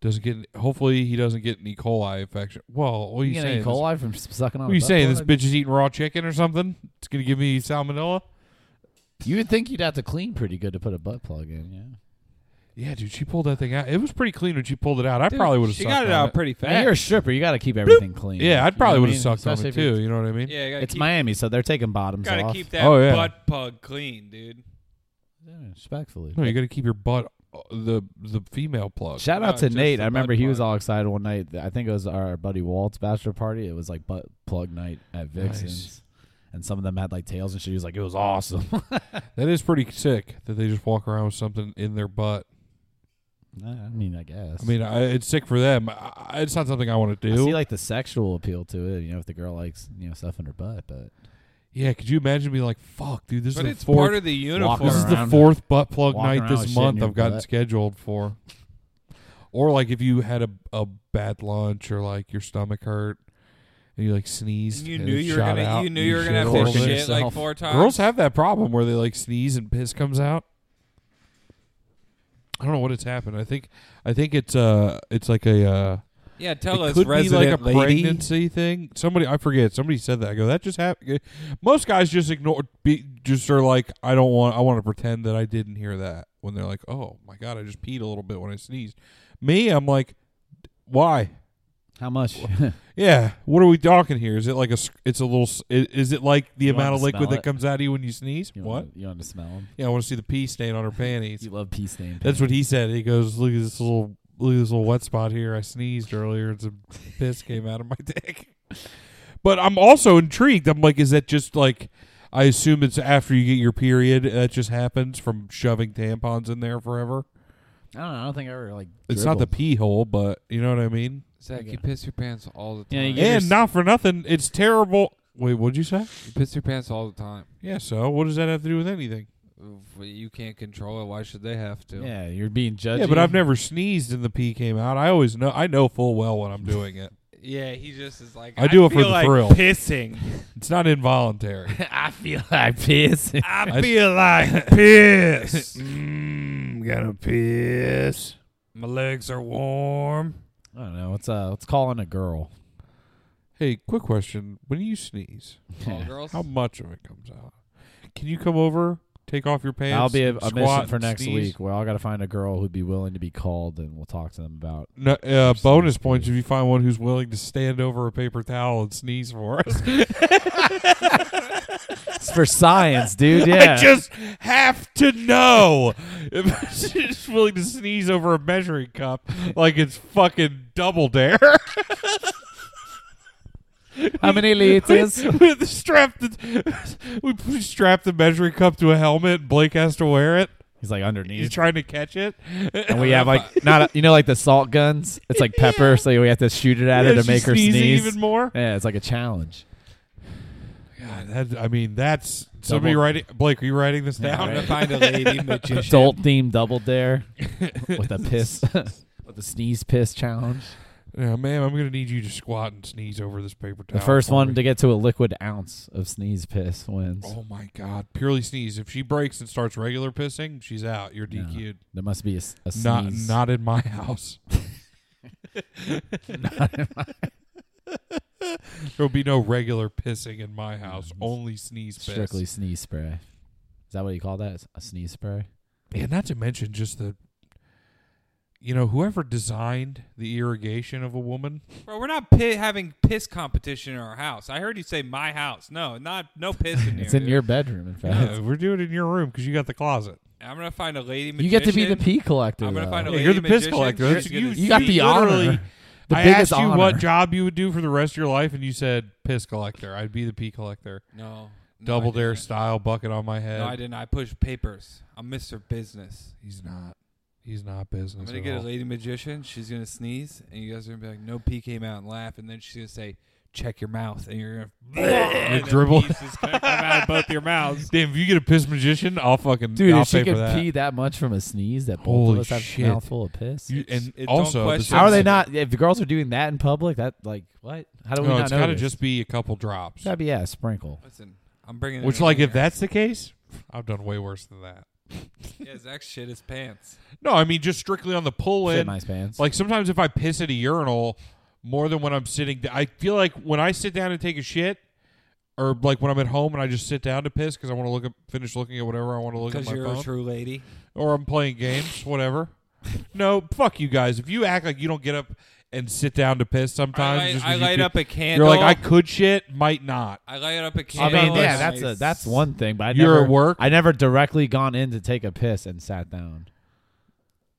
Speaker 3: Doesn't get. Hopefully, he doesn't get an E. coli infection. Well, what are you,
Speaker 2: You get
Speaker 3: saying?
Speaker 2: E.
Speaker 3: This-
Speaker 2: coli from s- sucking on.
Speaker 3: what are
Speaker 2: a
Speaker 3: you
Speaker 2: butt
Speaker 3: saying? This
Speaker 2: plug?
Speaker 3: bitch is eating raw chicken or something? It's gonna give me salmonella.
Speaker 2: You would think you'd have to clean pretty good to put a butt plug in. Yeah.
Speaker 3: Yeah, dude, she pulled that thing out. It was pretty clean when she pulled it out. I probably would have.
Speaker 6: She got it out pretty
Speaker 2: Man,
Speaker 6: fast.
Speaker 2: you're a stripper. You got to keep everything clean.
Speaker 3: Yeah, I'd probably
Speaker 2: You know what
Speaker 3: would
Speaker 2: I
Speaker 3: have
Speaker 2: mean?
Speaker 3: sucked on
Speaker 2: Especially
Speaker 3: it
Speaker 2: if you're-
Speaker 3: too. You know what I mean?
Speaker 6: yeah, you gotta
Speaker 2: It's
Speaker 6: keep,
Speaker 2: Miami, so they're taking bottoms
Speaker 6: gotta
Speaker 2: off.
Speaker 6: keep that
Speaker 3: Oh, yeah.
Speaker 6: butt plug clean, dude.
Speaker 2: Yeah, respectfully.
Speaker 3: No, you got to keep your butt uh, the the female plug.
Speaker 2: Shout
Speaker 6: Uh,
Speaker 2: out to
Speaker 6: just
Speaker 2: Nate.
Speaker 6: the
Speaker 2: I remember
Speaker 6: butt
Speaker 2: he was
Speaker 6: plug.
Speaker 2: all excited one night. I think it was our buddy Walt's bachelor party. It was like butt plug night at
Speaker 3: Nice.
Speaker 2: Vixen's. And some of them had like tails and shit. He was like, it was awesome.
Speaker 3: That is pretty sick that they just walk around with something in their butt.
Speaker 2: I mean, I guess.
Speaker 3: I mean, I, it's sick for them. I, I- it's not something I want to
Speaker 2: I
Speaker 3: do.
Speaker 2: see like the sexual appeal to it, you know, if the girl likes, you know, stuff in her butt, but
Speaker 3: yeah, could you imagine being like, "Fuck, dude, this
Speaker 6: But
Speaker 3: is
Speaker 6: it's
Speaker 3: the fourth.
Speaker 6: part of the uniform.
Speaker 3: this is the
Speaker 2: around-
Speaker 3: fourth butt plug
Speaker 2: walking
Speaker 3: night
Speaker 2: around
Speaker 3: this
Speaker 2: with shit in
Speaker 3: month
Speaker 2: your
Speaker 3: I've gotten
Speaker 2: butt."
Speaker 3: scheduled for." Or like if you had a a bad lunch or like your stomach hurt and you like sneezed.
Speaker 6: You
Speaker 3: and
Speaker 6: knew
Speaker 3: it
Speaker 6: you were
Speaker 3: shot
Speaker 6: gonna.
Speaker 3: out
Speaker 6: you
Speaker 3: and
Speaker 6: knew you were gonna
Speaker 3: shit
Speaker 6: have
Speaker 3: all
Speaker 6: to
Speaker 3: over
Speaker 6: shit
Speaker 2: yourself.
Speaker 6: like four times.
Speaker 3: Girls have that problem where they like sneeze and piss comes out. I don't know what it's happened. I think I think it's uh it's like a uh
Speaker 6: yeah, tell
Speaker 3: it
Speaker 6: us,
Speaker 3: could be like a
Speaker 6: resident lady.
Speaker 3: pregnancy thing. Somebody I forget. Somebody said that. I go that just happened. Most guys just ignore. Be, just are like I don't want. I want to pretend that I didn't hear that when they're like, oh my god, I just peed a little bit when I sneezed. Me, I'm like, why?
Speaker 2: How much?
Speaker 3: Yeah. What are we talking here? Is it like a? s- It's a little. s- i- Is it like the
Speaker 2: You
Speaker 3: amount
Speaker 2: wanna
Speaker 3: of liquid
Speaker 2: smell
Speaker 3: that
Speaker 2: it?
Speaker 3: comes out of you when you sneeze?
Speaker 2: You
Speaker 3: what?
Speaker 2: wanna- you want to smell them?
Speaker 3: Yeah, I want to see the pee stain on her panties.
Speaker 2: You love pea stain.
Speaker 3: That's what he said. He goes, "Look at this little, look at this little wet spot here. I sneezed earlier, and some piss came out of my dick." But I'm also intrigued. I'm like, is that just like? I assume it's after you get your period. That just happens from shoving tampons in there forever.
Speaker 2: I don't know. I don't think I ever like.
Speaker 3: It's not the
Speaker 2: dribbled.
Speaker 3: pee hole, but you know what I mean.
Speaker 6: Zach,
Speaker 2: Yeah.
Speaker 6: you piss your pants all the
Speaker 2: Yeah,
Speaker 6: time.
Speaker 2: you
Speaker 6: you,
Speaker 2: get- your
Speaker 3: And
Speaker 2: s-
Speaker 3: not for nothing, it's terrible. Wait, what'd you say?
Speaker 6: piss your pants all the time.
Speaker 3: Yeah. So what does that have to do with anything?
Speaker 6: If You can't control it. Why should they have to?
Speaker 2: Yeah, you're being judged.
Speaker 3: Yeah, but I've never sneezed and the pee came out. I always know. I know full well when I'm doing it.
Speaker 6: Yeah, he just is like.
Speaker 3: I do it for
Speaker 6: feel
Speaker 3: the
Speaker 6: like
Speaker 3: thrill.
Speaker 6: Pissing.
Speaker 3: It's not involuntary.
Speaker 2: I feel like piss.
Speaker 3: I-
Speaker 6: I
Speaker 3: feel
Speaker 6: like piss. Mm,
Speaker 3: Mmm, gonna piss.
Speaker 6: My legs are warm.
Speaker 2: I don't know. It's uh, it's calling a girl.
Speaker 3: Hey, quick question. When you sneeze,
Speaker 6: All girls.
Speaker 3: how much of it comes out? Can you come over, take off your pants?
Speaker 2: I'll be a, a
Speaker 3: squat
Speaker 2: mission for
Speaker 3: and
Speaker 2: next
Speaker 3: sneeze?
Speaker 2: week. Where I got to find a girl who'd be willing to be called, and we'll talk to them about.
Speaker 3: No, uh, bonus
Speaker 2: Sneeze,
Speaker 3: points
Speaker 2: please.
Speaker 3: if you find one who's willing to stand over a paper towel and sneeze for us.
Speaker 2: It's for science, dude.
Speaker 3: I
Speaker 2: Yeah.
Speaker 3: just have to know if she's willing to sneeze over a measuring cup like it's fucking double dare.
Speaker 2: How many liters?
Speaker 3: we strap the we p- strap the measuring cup to a helmet. and Blake has to wear it.
Speaker 2: He's like
Speaker 3: He's
Speaker 2: underneath,
Speaker 3: trying to catch it.
Speaker 2: and we have like not a, you know like the salt guns. It's like pepper, so we have to shoot it at her to
Speaker 3: Yeah, she
Speaker 2: make her
Speaker 3: sneezes
Speaker 2: sneeze.
Speaker 3: even more.
Speaker 2: yeah, it's like a challenge.
Speaker 3: God, that, I mean, that's somebody
Speaker 2: Double-
Speaker 3: writing. Blake, are you writing this
Speaker 2: Yeah,
Speaker 3: down?
Speaker 2: right.
Speaker 6: I'm gonna find a lady magician.
Speaker 2: Adult theme double dare with a piss, with a sneeze piss challenge.
Speaker 3: Yeah, ma'am, I'm gonna need you to squat and sneeze over this paper
Speaker 2: The
Speaker 3: towel.
Speaker 2: first
Speaker 3: for
Speaker 2: one
Speaker 3: me.
Speaker 2: to get to a liquid ounce of sneeze piss wins.
Speaker 3: Oh my God! Purely sneeze. If she breaks and starts regular pissing, she's out. You're
Speaker 2: No.
Speaker 3: DQ'd.
Speaker 2: There must be a, s- a
Speaker 3: Not
Speaker 2: sneeze.
Speaker 3: not in my house. There'll be no regular pissing in my house. Only sneeze piss.
Speaker 2: Mm-hmm. strictly sneeze spray. Is that what you call that? A sneeze spray?
Speaker 3: And not to mention just the, you know, whoever designed the irrigation of a woman.
Speaker 6: Bro, we're not pi- having piss competition in our house. I heard you say my house. No, not no piss in here.
Speaker 2: It's in
Speaker 6: dude.
Speaker 2: your bedroom, in fact.
Speaker 3: Yeah, uh, we're doing it in your room because you got the closet.
Speaker 6: I'm gonna find a lady. Magician.
Speaker 2: You get to be the pee collector.
Speaker 6: I'm gonna
Speaker 2: though.
Speaker 6: find a
Speaker 3: Yeah,
Speaker 6: lady
Speaker 3: you're the piss
Speaker 6: magician.
Speaker 3: collector.
Speaker 6: She's
Speaker 3: That's-
Speaker 6: gonna
Speaker 3: you-
Speaker 2: You got
Speaker 3: You
Speaker 2: the
Speaker 3: literally-
Speaker 2: honor. The
Speaker 3: I
Speaker 2: biggest
Speaker 3: asked you
Speaker 2: honor.
Speaker 3: what job you would do for the rest of your life, and you said piss collector. I'd be the pee collector.
Speaker 6: No. no,
Speaker 3: Double
Speaker 6: I
Speaker 3: dare
Speaker 6: didn't.
Speaker 3: style bucket on my head.
Speaker 6: No, I didn't. I push papers. I'm Mr. Business.
Speaker 3: He's not. He's not
Speaker 6: I'm
Speaker 3: business.
Speaker 6: gonna
Speaker 3: at
Speaker 6: get a
Speaker 3: all.
Speaker 6: lady magician. She's gonna sneeze, and you guys are gonna be like, "No pee came out," and laugh, and then she's gonna say, "Check your mouth," and you're gonna and the
Speaker 3: dribble.
Speaker 6: piece is gonna come out of both your mouths.
Speaker 3: Damn, if you get a piss magician, I'll fucking
Speaker 2: Dude,
Speaker 3: I'll
Speaker 2: if she
Speaker 3: pay for
Speaker 2: could
Speaker 3: that.
Speaker 2: pee that much from a sneeze, that both
Speaker 3: Holy
Speaker 2: of us have
Speaker 3: shit.
Speaker 2: a mouthful of piss.
Speaker 3: You- and
Speaker 6: It don't
Speaker 3: also, the
Speaker 6: question-
Speaker 2: How are they not?
Speaker 3: sensitive-
Speaker 2: If the girls are doing that in public, that like what? How do we
Speaker 3: No,
Speaker 2: not
Speaker 3: it's
Speaker 2: know?
Speaker 3: gotta just be a couple drops.
Speaker 2: That'd be yeah, a sprinkle.
Speaker 6: Listen, I'm bringing.
Speaker 3: Which,
Speaker 6: it
Speaker 3: like, if
Speaker 6: that
Speaker 3: that's the case, I've done way worse than that.
Speaker 6: yeah, Zach shit his pants.
Speaker 3: No, I mean just strictly on the pull
Speaker 2: Shit,
Speaker 3: in.
Speaker 2: nice pants.
Speaker 3: Like sometimes if I piss at a urinal more than when I'm sitting, I feel like when I sit down and take a shit, or like when I'm at home and I just sit down to piss because I want to look at, finish looking at whatever I want to look at
Speaker 6: Because
Speaker 3: my
Speaker 6: you're
Speaker 3: phone,
Speaker 6: a true lady.
Speaker 3: or I'm playing games, whatever. no, fuck you guys. If you act like you don't get up and sit down to piss sometimes,
Speaker 6: I light,
Speaker 3: just
Speaker 6: I
Speaker 3: 'cause
Speaker 6: light
Speaker 3: you
Speaker 6: up a
Speaker 3: Could, you're
Speaker 6: candle.
Speaker 3: like I could shit, might not.
Speaker 6: I light up a
Speaker 2: I
Speaker 6: candle.
Speaker 2: mean,
Speaker 3: Sometimes-
Speaker 2: yeah,
Speaker 6: and
Speaker 2: that's
Speaker 6: I
Speaker 2: a that's one thing. But I
Speaker 3: You're
Speaker 2: never,
Speaker 3: at work?
Speaker 2: I never directly gone in to take a piss and sat down.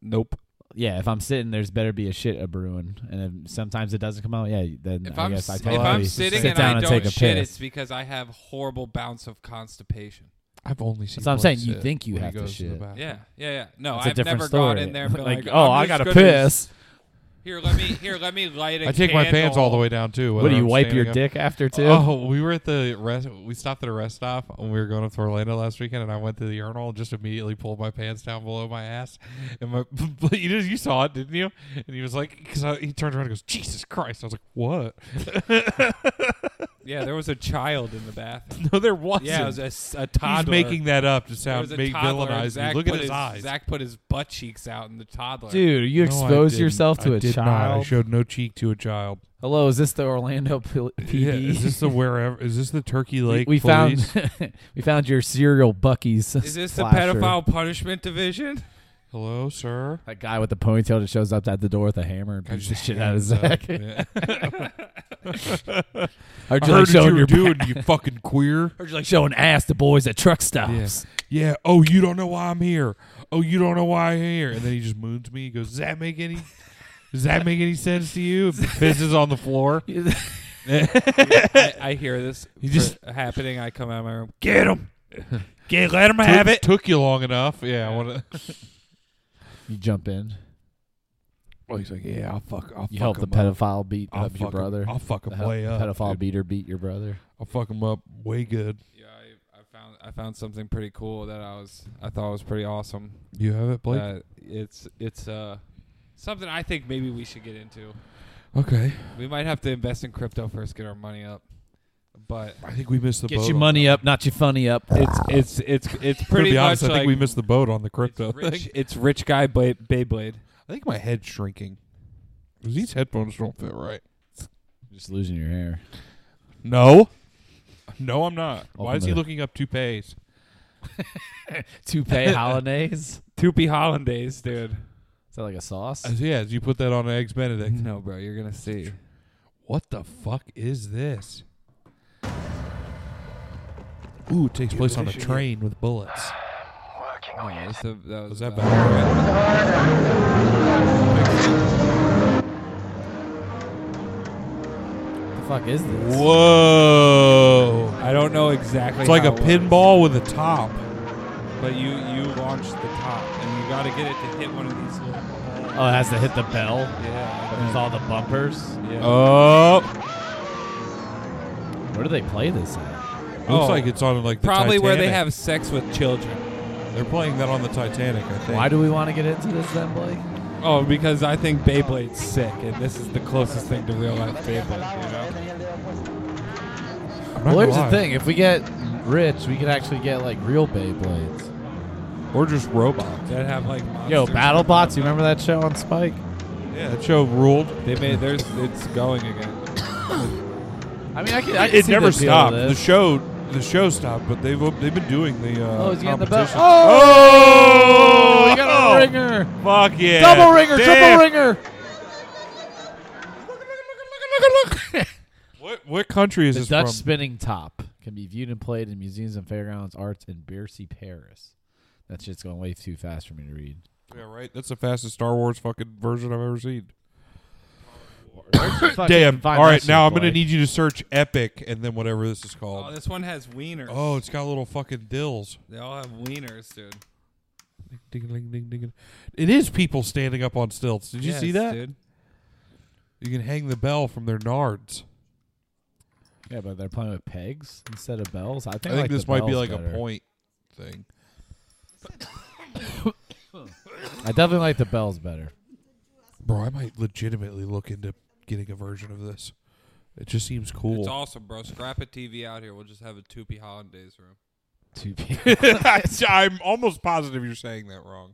Speaker 6: Nope.
Speaker 2: Yeah, if I'm sitting, there's better be a shit a brewing, and if sometimes it doesn't come out. Yeah, then
Speaker 6: If
Speaker 2: I
Speaker 6: I'm,
Speaker 2: guess I
Speaker 6: s- if
Speaker 2: totally
Speaker 6: I'm
Speaker 3: sit
Speaker 6: sitting
Speaker 2: sit
Speaker 6: and
Speaker 2: down
Speaker 6: I
Speaker 2: take
Speaker 6: don't
Speaker 2: a
Speaker 6: shit,
Speaker 2: piss.
Speaker 6: it's because I have horrible bouts of constipation.
Speaker 3: I've only seen.
Speaker 2: That's what I'm
Speaker 3: Blake
Speaker 2: saying. You
Speaker 3: sit
Speaker 2: think you
Speaker 3: when he
Speaker 2: have to
Speaker 3: goes the
Speaker 2: shit.
Speaker 3: bathroom.
Speaker 6: Yeah, yeah, yeah. No,
Speaker 2: That's a
Speaker 6: I've
Speaker 2: different
Speaker 6: never
Speaker 2: story.
Speaker 6: gone in there and been
Speaker 2: like,
Speaker 6: like,
Speaker 2: oh,
Speaker 6: I'm
Speaker 2: I got
Speaker 6: just
Speaker 2: to
Speaker 6: gonna-
Speaker 2: piss.
Speaker 7: Here, let me here, let me light a
Speaker 3: I take my pants all the
Speaker 7: candle.
Speaker 3: way down too.
Speaker 2: What
Speaker 3: whether
Speaker 2: do you
Speaker 3: I'm
Speaker 2: wipe your
Speaker 3: standing up.
Speaker 2: dick after too?
Speaker 3: Oh, we were at the rest. We stopped at a rest stop when we were going up to Orlando last weekend, and I went to the urinal and just immediately pulled my pants down below my ass. And my, you just you saw it, didn't you? And he was like, because he turned around and goes, "Jesus Christ!" I was like, "What?"
Speaker 7: Yeah, there was a child in the bathroom.
Speaker 3: no, there wasn't.
Speaker 7: Yeah, it was a, s- a
Speaker 3: He's
Speaker 7: toddler.
Speaker 3: making that up to
Speaker 7: There
Speaker 3: sound
Speaker 7: was a
Speaker 3: make
Speaker 7: toddler, and
Speaker 3: villainized. me.
Speaker 7: Zach
Speaker 3: Look at
Speaker 7: put
Speaker 3: his, eyes.
Speaker 7: Zach put his butt cheeks out in the toddler.
Speaker 2: Dude, you
Speaker 3: No, I
Speaker 2: expose
Speaker 3: didn't.
Speaker 2: yourself to
Speaker 3: I
Speaker 2: a
Speaker 3: did not. I
Speaker 2: child.
Speaker 3: showed no cheek to a child.
Speaker 2: Hello, is this the Orlando P- PD?
Speaker 3: Yeah, is this the wherever? Is this the Turkey
Speaker 2: We-
Speaker 3: Lake?
Speaker 2: we
Speaker 3: police?
Speaker 2: found we found your serial Bucky's.
Speaker 7: Is this the
Speaker 2: splasher.
Speaker 7: pedophile punishment division?
Speaker 3: Hello, sir.
Speaker 2: That guy with the ponytail that shows up at the door with a hammer and
Speaker 3: I
Speaker 2: beats the
Speaker 3: just
Speaker 2: shit out of
Speaker 3: hands up.
Speaker 2: Zach.
Speaker 3: Yeah.
Speaker 2: Heard
Speaker 3: I
Speaker 2: you like
Speaker 3: heard what
Speaker 2: showing
Speaker 3: you were
Speaker 2: your
Speaker 3: doing, you fucking queer.
Speaker 2: Heard you like showing ass to boys at truck stops.
Speaker 3: Yeah. Oh, you don't know why I'm here. Oh, you don't know why I'm here. And then he just moons me. He goes, "Does that make any? Does that make any sense to you?" Pisses on the floor.
Speaker 7: I, I hear this
Speaker 3: You
Speaker 7: for-
Speaker 3: just-
Speaker 7: happening. I come out of my room.
Speaker 3: Get him. Get. Let him have it. Took you long enough. Yeah. I wanna-
Speaker 2: You jump in.
Speaker 3: Oh, he's like, "Yeah, I'll fuck. I'll
Speaker 2: You help
Speaker 3: fuck
Speaker 2: the
Speaker 3: him up.
Speaker 2: pedophile beat
Speaker 3: I'll
Speaker 2: up your
Speaker 3: fuck him-
Speaker 2: brother.
Speaker 3: I'll fuck him
Speaker 2: Help
Speaker 3: way
Speaker 2: the
Speaker 3: up.
Speaker 2: pedophile
Speaker 3: dude.
Speaker 2: beater beat your brother.
Speaker 3: I'll fuck him up way good.
Speaker 6: Yeah, I, I found I found something pretty cool that I was I thought was pretty awesome.
Speaker 3: You have it, Blake.
Speaker 6: Uh, it's it's uh something I think maybe we should get into.
Speaker 3: okay.
Speaker 6: We might have to invest in crypto first, get our money up. But
Speaker 3: I think we missed the boat.
Speaker 2: Get your
Speaker 3: on
Speaker 2: money up, not your funny up.
Speaker 6: it's it's it's it's
Speaker 3: that. To
Speaker 6: pretty
Speaker 3: be honest,
Speaker 6: much
Speaker 3: I think
Speaker 6: like
Speaker 3: we missed the boat on the
Speaker 6: it's
Speaker 3: crypto thing.
Speaker 6: rich, it's rich guy Bey- Beyblade.
Speaker 3: I think my head's shrinking. 'Cause These headphones don't fit right.
Speaker 2: Just losing your hair.
Speaker 3: No. No, I'm not. Why is he
Speaker 2: Ultimate.
Speaker 3: looking up toupees?
Speaker 2: Toupee hollandaise. Is
Speaker 6: Toopy Hollandaise, dude.
Speaker 2: that like a sauce?
Speaker 3: Uh, yeah, you put that on an eggs Benedict.
Speaker 6: No, bro, you're gonna see.
Speaker 3: What the fuck is this? Ooh, it takes place on a train with bullets.
Speaker 6: Oh, that's the- that
Speaker 3: Was
Speaker 6: was
Speaker 3: that
Speaker 6: the-
Speaker 3: bad?
Speaker 2: What the fuck is this?
Speaker 3: Whoa!
Speaker 6: I don't know exactly.
Speaker 3: It's like
Speaker 6: how
Speaker 3: a
Speaker 6: it works,
Speaker 3: pinball with a top.
Speaker 6: but you you launch the top, and you got to get it to hit one of these. Little
Speaker 2: Oh, it has to hit the bell.
Speaker 6: yeah,
Speaker 2: There's all the bumpers.
Speaker 6: yeah.
Speaker 3: Oh,
Speaker 2: Where do they play this at?
Speaker 3: looks
Speaker 6: Oh.
Speaker 3: like it's on like the
Speaker 6: Probably where they
Speaker 3: Titanic.
Speaker 6: have sex with children.
Speaker 3: They're playing that on the Titanic, I think.
Speaker 2: Why do we want to get into this then, Blake?
Speaker 6: Oh, because I think Beyblade's sick, and this is the closest thing to real life Beyblade. You know?
Speaker 2: Well,
Speaker 3: I'm not gonna
Speaker 2: here's the
Speaker 3: lie.
Speaker 2: thing. If we get rich, we could actually get like real Beyblades.
Speaker 3: Or just robots.
Speaker 6: That have like monsters.
Speaker 2: Yo, BattleBots. You remember that show on Spike?
Speaker 3: Yeah, that show ruled.
Speaker 6: They made there's it's going again.
Speaker 2: I mean, I could. I could
Speaker 3: it
Speaker 2: see
Speaker 3: never
Speaker 2: the appeal of
Speaker 3: stopped. The
Speaker 2: this.
Speaker 3: show, the show stopped, but they've they've been doing the uh,
Speaker 2: Oh, he's getting the bell.
Speaker 3: competition.
Speaker 2: Oh,
Speaker 3: Oh,
Speaker 2: you got a ringer,
Speaker 3: fuck yeah!
Speaker 2: double ringer,
Speaker 3: Damn.
Speaker 2: triple ringer.
Speaker 3: What what country is
Speaker 2: The
Speaker 3: this
Speaker 2: Dutch
Speaker 3: from?
Speaker 2: spinning top can be viewed and played in museums and fairgrounds, arts, and Bercy, Paris. That shit's going way too fast for me to read.
Speaker 3: yeah, right. That's the fastest Star Wars fucking version I've ever seen.
Speaker 2: Fucking
Speaker 3: Damn!
Speaker 2: Oh, find
Speaker 3: All
Speaker 2: that
Speaker 3: right,
Speaker 2: shit,
Speaker 3: now I'm gonna
Speaker 2: Blake.
Speaker 3: need you to search Epic and then whatever this is
Speaker 6: Oh,
Speaker 3: called.
Speaker 6: this one has wieners.
Speaker 3: Oh, it's got little fucking dills.
Speaker 6: they all have wieners, dude.
Speaker 3: Ding, ding, ding, ding. It is people standing up on stilts. Did you see that?
Speaker 6: dude?
Speaker 3: You can hang the bell from their nards.
Speaker 2: Yeah, but they're playing with pegs instead of bells. I think,
Speaker 3: I think
Speaker 2: like the
Speaker 3: this might be
Speaker 2: bells
Speaker 3: like
Speaker 2: better.
Speaker 3: a point thing.
Speaker 2: I definitely like the bells better.
Speaker 3: Bro, I might legitimately look into getting a version of this. It just seems cool.
Speaker 6: It's awesome, bro. Scrap a TV out here. We'll just have a Toopy Hollandaise room.
Speaker 2: Two people.
Speaker 3: I'm almost positive you're saying that wrong.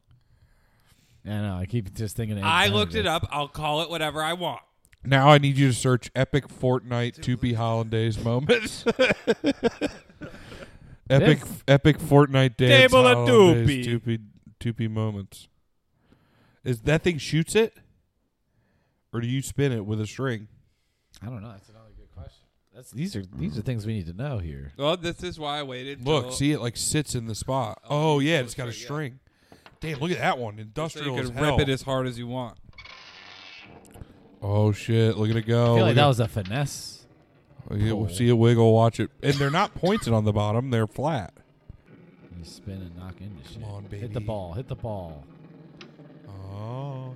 Speaker 2: I know. I keep just thinking.
Speaker 6: I looked it up. I'll call it whatever I want.
Speaker 3: Now I need you to search epic Fortnite to be hollandaise moments. epic
Speaker 2: This-
Speaker 3: epic Fortnite dance
Speaker 6: Table a
Speaker 3: hollandaise
Speaker 6: doopie.
Speaker 3: toopy toopy moments. Is that thing shoots it? Or do you spin it with a string?
Speaker 2: I don't know. That's another good question. That's these are these are things we need to know here.
Speaker 6: Well, this is why I waited.
Speaker 3: Look,
Speaker 6: till-
Speaker 3: see it like sits in the spot. Oh, yeah, it's got a
Speaker 6: right, yeah.
Speaker 3: string. Damn, look at that one.
Speaker 6: so
Speaker 3: Industrial
Speaker 6: you
Speaker 3: as
Speaker 6: can
Speaker 3: hell.
Speaker 6: rip it as hard as you want.
Speaker 3: Oh shit! Look at it go.
Speaker 2: I feel like
Speaker 3: Look
Speaker 2: that
Speaker 3: at-
Speaker 2: was a finesse.
Speaker 3: Oh, yeah,
Speaker 2: Cool.
Speaker 3: See a wiggle, watch it. And they're not pointed on the bottom, they're flat.
Speaker 2: You spin and knock into shit.
Speaker 3: on,
Speaker 2: Hit the
Speaker 3: baby.
Speaker 2: ball. Hit the ball.
Speaker 3: Oh.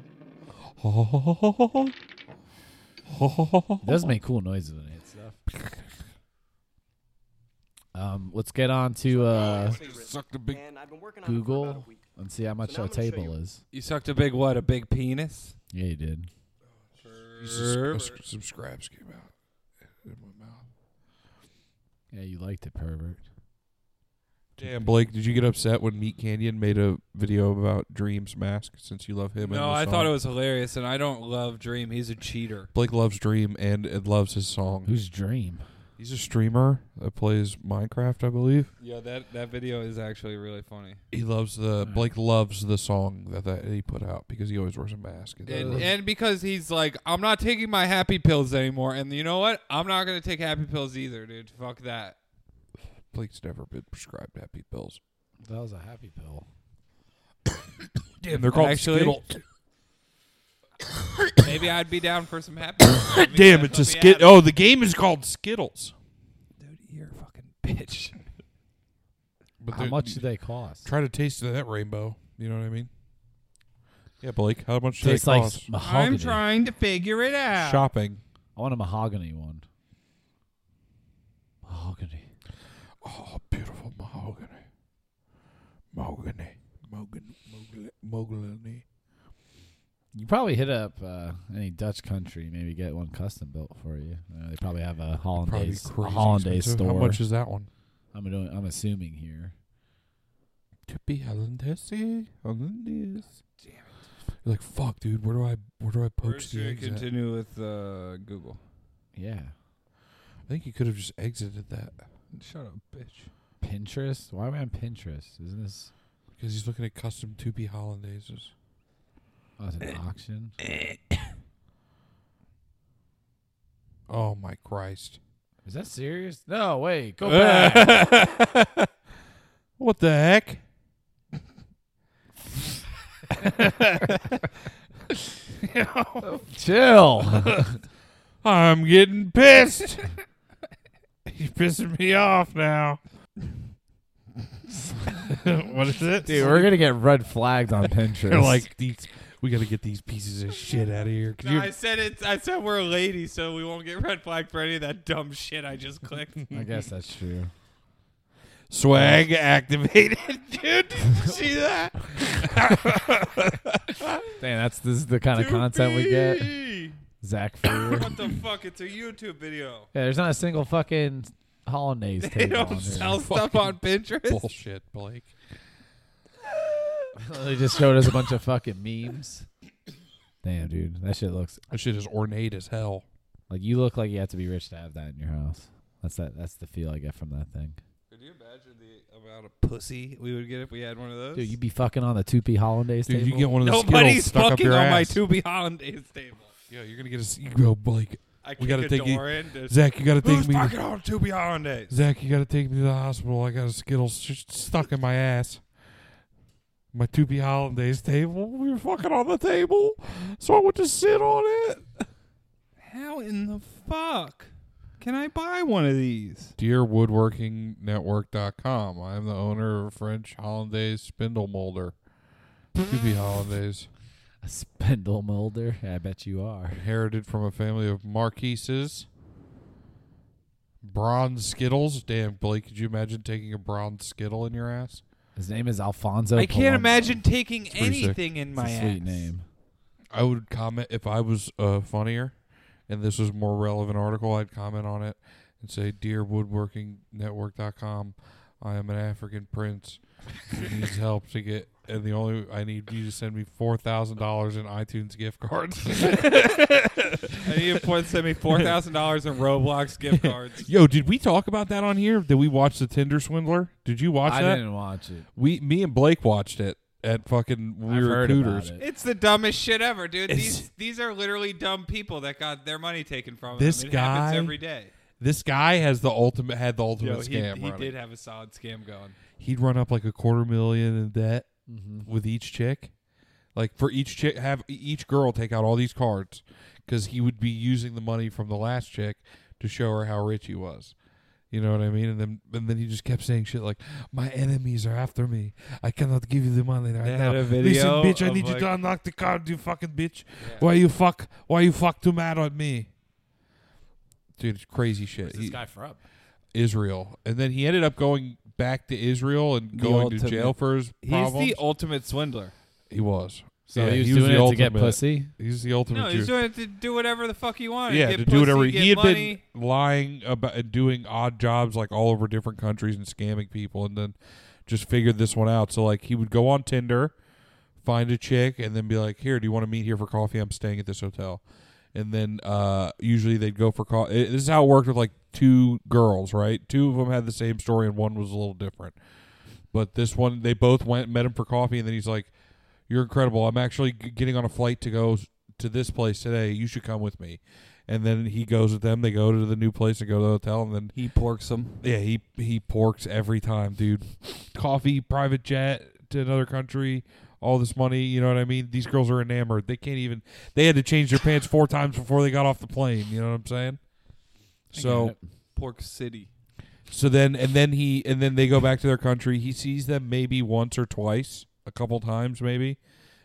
Speaker 2: It does make cool noises when it hits stuff. Um, let's get on to uh,
Speaker 3: Sucked a big.
Speaker 8: And I've been working on it for about
Speaker 2: Google
Speaker 8: a week.
Speaker 2: and see how much
Speaker 8: So now
Speaker 2: our
Speaker 8: I'm gonna show
Speaker 2: table
Speaker 8: you.
Speaker 2: is.
Speaker 9: You sucked a big what? A big penis?
Speaker 2: Yeah, you did.
Speaker 3: Some scraps came out in my mouth.
Speaker 2: Yeah, you liked it, pervert.
Speaker 3: Damn, Blake, did you get upset when Meat Canyon made a video about Dream's mask since you love him? and
Speaker 6: No,
Speaker 3: the
Speaker 6: I
Speaker 3: song?
Speaker 6: thought it was hilarious, and I don't love Dream. He's a cheater.
Speaker 3: Blake loves Dream and, and loves his song.
Speaker 2: Who's Dream?
Speaker 3: He's a streamer that plays Minecraft, I believe.
Speaker 6: Yeah, that that video is actually really funny.
Speaker 3: He loves the Blake loves the song that, that he put out because he always wears a mask. uh,
Speaker 6: And, and because he's like, I'm not taking my happy pills anymore, and you know what? I'm not gonna take happy pills either, dude. Fuck that.
Speaker 3: Blake's never been prescribed happy pills.
Speaker 2: That was a happy pill.
Speaker 3: Damn, they're called
Speaker 6: Actually-
Speaker 3: Skittles.
Speaker 6: Maybe I'd be down for some happy. pills. Maybe
Speaker 3: Damn,
Speaker 6: that's
Speaker 3: it's a
Speaker 6: what we
Speaker 3: skit.
Speaker 6: have.
Speaker 3: Oh, the game is called Skittles.
Speaker 9: Dude, you're a fucking bitch.
Speaker 3: But
Speaker 2: How
Speaker 3: they're-
Speaker 2: much do they cost?
Speaker 3: Try to taste that rainbow. You know what I mean? Yeah, Blake. How much does
Speaker 2: Tastes
Speaker 3: that
Speaker 2: like
Speaker 3: cost?
Speaker 2: mahogany.
Speaker 6: I'm trying to figure it out.
Speaker 3: Shopping.
Speaker 2: I want a mahogany one. Mahogany.
Speaker 3: Oh, beautiful mahogany. Mahogany. Mahogany. Mahogany. mahogany.
Speaker 2: You probably hit up uh, any Dutch country, maybe get one custom built for you. Uh, they probably have a
Speaker 3: Probably
Speaker 2: hollandaise, a
Speaker 3: crazy
Speaker 2: hollandaise
Speaker 3: expensive.
Speaker 2: store.
Speaker 3: How much is that one?
Speaker 2: I'm, doing, I'm assuming here.
Speaker 3: To be hollandaise. Hollandaise. Damn it. You're like, fuck, dude. Where do I where do I
Speaker 6: We're
Speaker 3: poach
Speaker 6: just
Speaker 3: the
Speaker 6: gonna
Speaker 3: eggs at?
Speaker 6: continue with uh, Google.
Speaker 2: Yeah,
Speaker 3: I think you could have just exited that
Speaker 6: Shut up, bitch.
Speaker 2: Pinterest. Why am I on Pinterest? Isn't this
Speaker 3: because he's looking at custom to be hollandaises.
Speaker 2: oh, it's an auction?
Speaker 3: Oh my Christ.
Speaker 2: Is that serious? No, wait, go back.
Speaker 3: what the heck?
Speaker 2: Chill.
Speaker 3: I'm getting pissed. You're pissing me off now. what is it?
Speaker 2: Dude, we're gonna get red flagged on Pinterest.
Speaker 3: They're like these. We gotta get these pieces of shit out of here. 'cause
Speaker 6: No,
Speaker 3: you're-
Speaker 6: I said it. I said we're a lady, so we won't get red flagged for any of that dumb shit I just clicked.
Speaker 2: I guess that's true.
Speaker 3: swag activated, dude. Did you see that?
Speaker 2: Damn, that's this is the kind of content we get.
Speaker 6: Doopey.
Speaker 2: Zach Freer.
Speaker 6: What the fuck? It's a YouTube video.
Speaker 2: Yeah, there's not a single fucking hollandaise
Speaker 6: They
Speaker 2: table on
Speaker 6: don't
Speaker 2: here.
Speaker 6: sell stuff on Pinterest.
Speaker 3: Bullshit, Blake.
Speaker 2: they just showed us a bunch of fucking memes. Damn, dude, that shit looks
Speaker 3: That shit is ornate as hell.
Speaker 2: like you look like you have to be rich to have that in your house. That's that. That's the feel I get from that thing.
Speaker 6: Could you imagine the amount of pussy we would get if we had one of those?
Speaker 2: Dude, you'd be fucking on the two P hollandaise
Speaker 3: Dude,
Speaker 2: table.
Speaker 3: you get one of those Skittles
Speaker 6: Nobody's
Speaker 3: stuck up
Speaker 6: fucking
Speaker 3: your
Speaker 6: on
Speaker 3: ass.
Speaker 6: my to be hollandaise table.
Speaker 3: Yeah, you're gonna get a. s- You go, Blake.
Speaker 6: I kick
Speaker 3: We gotta
Speaker 6: a
Speaker 3: take
Speaker 6: door in. there's-
Speaker 3: Zach, you gotta take
Speaker 6: Who's
Speaker 3: me.
Speaker 6: fucking on to be hollandaise?
Speaker 3: Zach, you got to take me to the hospital. I got a Skittle sh- stuck in my ass. My Toopy Hollandaise table. We were fucking on the table, so I went to sit on it.
Speaker 6: How in the fuck can I buy one of these?
Speaker 3: DearWoodworkingNetwork.com. I am the owner of French Hollandaise spindle molder. Toopy Hollandaise.
Speaker 2: a spindle molder. I bet you are.
Speaker 3: Inherited from a family of Marquises. Bronze Skittles. Damn, Blake, could you imagine taking a bronze Skittle in your ass?
Speaker 2: His name is Alfonso.
Speaker 6: I can't
Speaker 2: Palumbo.
Speaker 6: imagine taking
Speaker 3: pretty sick.
Speaker 6: anything in
Speaker 2: It's a
Speaker 6: my
Speaker 2: sweet
Speaker 6: ass.
Speaker 2: name.
Speaker 3: I would comment if I was uh, funnier and this was a more relevant article, I'd comment on it and say, Dear woodworkingnetwork.com, I am an African prince who needs help to get and the only I need you to send me four thousand dollars in iTunes gift cards.
Speaker 6: I need you to send me four thousand dollars in Roblox gift cards.
Speaker 3: Yo, did we talk about that on here? Did we watch the Tinder Swindler? Did you watch
Speaker 2: I
Speaker 3: that?
Speaker 2: didn't watch it.
Speaker 3: We me and Blake watched it at fucking we
Speaker 2: I've
Speaker 3: were
Speaker 2: heard
Speaker 3: at
Speaker 2: about
Speaker 3: Cooters.
Speaker 2: it.
Speaker 6: It's the dumbest shit ever, dude.
Speaker 3: It's-
Speaker 6: These these are literally dumb people that got their money taken from
Speaker 3: This
Speaker 6: them. It happens
Speaker 3: guy-
Speaker 6: every day.
Speaker 3: This guy has the ultimate had the ultimate
Speaker 6: Yo, he,
Speaker 3: scam
Speaker 6: he
Speaker 3: running.
Speaker 6: did have a solid scam going.
Speaker 3: he'd run up like a quarter million in debt
Speaker 6: Mm-hmm.
Speaker 3: with each chick. Like for each chick, have e, each girl take out all these cards because he would be using the money from the last chick to show her how rich he was. You know what I mean? And then and then he just kept saying shit like, "My enemies are after me. I cannot give you the money right
Speaker 6: They
Speaker 3: now.
Speaker 6: had a
Speaker 3: Listen,
Speaker 6: video
Speaker 3: bitch, I
Speaker 6: of,
Speaker 3: need you
Speaker 6: like-
Speaker 3: to unlock the card, you fucking bitch.
Speaker 6: Yeah.
Speaker 3: Why you fuck? Why you fuck too mad at me?" Dude, it's crazy shit. He-
Speaker 1: from?
Speaker 3: Israel, and then he ended up going back to Israel and going to
Speaker 5: ultimate-
Speaker 3: jail for his
Speaker 6: He's
Speaker 3: problems.
Speaker 6: the ultimate swwindler.
Speaker 3: he was.
Speaker 1: So
Speaker 3: Yeah,
Speaker 1: he was
Speaker 3: he was
Speaker 1: doing
Speaker 3: the
Speaker 1: it to get
Speaker 3: ultimate.
Speaker 1: pussy.
Speaker 3: He's the ultimate.
Speaker 6: No, he's
Speaker 3: Jew.
Speaker 6: doing it to do whatever the fuck he wanted.
Speaker 3: yeah,
Speaker 6: get
Speaker 3: to do whatever
Speaker 6: pussy, get
Speaker 3: he had
Speaker 6: money.
Speaker 3: been lying about and doing odd jobs like all over different countries and scamming people, and then just figured this one out. So like he would go on Tinder, find a chick, and then be like, "Here, do you want to meet here for coffee? I'm staying at this hotel." And then uh, usually they'd go for coffee. This is how it worked with like two girls, right? Two of them had the same story, and one was a little different. But this one, they both went met him for coffee, and then he's like, "You're incredible. I'm actually g- getting on a flight to go s- to this place today. You should come with me." And then he goes with them. They go to the new place and go to the hotel, and then
Speaker 6: He porks him.
Speaker 3: yeah, he he porks every time, dude. Coffee, private jet to another country, all this money. You know what I mean? These girls are enamored. They can't even. They had to change their pants four times before they got off the plane. You know what I'm saying? So
Speaker 6: Pork City.
Speaker 3: so then and then he and then they go back to their country. He sees them maybe once or twice, a couple times maybe,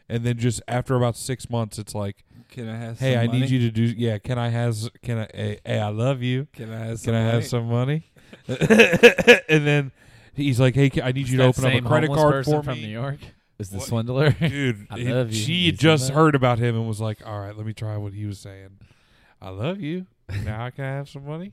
Speaker 3: and then just after about six months, it's like,
Speaker 6: Can I have?
Speaker 3: hey,
Speaker 6: some
Speaker 3: I
Speaker 6: money?
Speaker 3: need you to do. Yeah, can I has can I? Hey, hey, I love you.
Speaker 6: Can I have?
Speaker 3: Can
Speaker 6: Some
Speaker 3: I
Speaker 6: money?
Speaker 3: have some money? and then he's like, "Hey, I need you to
Speaker 1: That
Speaker 3: open up a
Speaker 1: same
Speaker 3: credit
Speaker 1: homeless
Speaker 3: card
Speaker 1: person
Speaker 3: for
Speaker 1: from New
Speaker 3: me."
Speaker 1: York is the
Speaker 3: What?
Speaker 1: swindler.
Speaker 3: Dude,
Speaker 1: I
Speaker 3: it-
Speaker 1: love you.
Speaker 3: she
Speaker 1: You seen
Speaker 3: had just
Speaker 1: that?
Speaker 3: heard about him and was like, "All right, let me try what he was saying. I love you. Now I can have some money."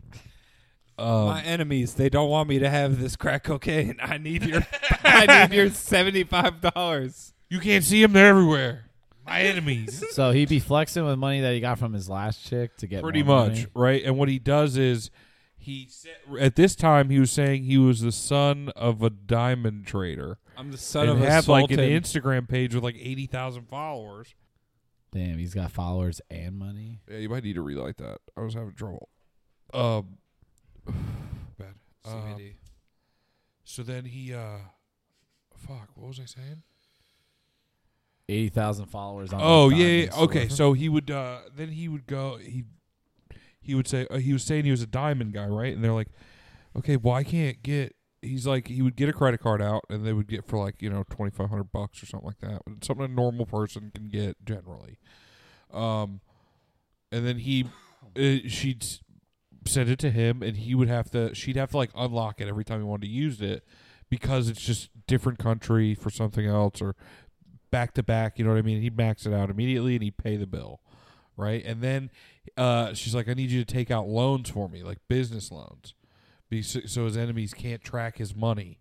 Speaker 6: My
Speaker 3: Um,
Speaker 6: enemies, they don't want me to have this crack cocaine. I need your, I need your seventy-five dollars.
Speaker 3: you can't see him; they're everywhere. My enemies.
Speaker 1: so he'd be flexing with money that he got from his last chick to get
Speaker 3: pretty
Speaker 1: more
Speaker 3: much
Speaker 1: money.
Speaker 3: right and what he does is he said, at this time he was saying he was the son of a diamond trader
Speaker 6: I'm the son
Speaker 3: and
Speaker 6: of a
Speaker 3: had like
Speaker 6: sultan.
Speaker 3: an instagram page with like 80000 followers
Speaker 1: Damn, he's got followers and money.
Speaker 3: yeah you might need to relight that i was having trouble um bad Um,
Speaker 6: CBD.
Speaker 3: so then he uh fuck what was i saying
Speaker 1: Eighty thousand followers on.
Speaker 3: Oh
Speaker 1: the
Speaker 3: yeah, yeah,
Speaker 1: diamond store.
Speaker 3: okay. So he would uh, then he would go he he would say uh, he was saying he was a diamond guy, right? And they're like, okay, well I can't get. He's like he would get a credit card out, and they would get for like you know twenty five hundred bucks or something like that, but it's something a normal person can get generally. Um, and then he uh, she'd s- send it to him, and he would have to she'd have to like unlock it every time he wanted to use it because it's just different country for something else or back to back. You know what I mean? He'd max it out immediately and he'd pay the bill, right? And then uh, she's like, "I need you to take out loans for me, like business loans, be- so so his enemies can't track his money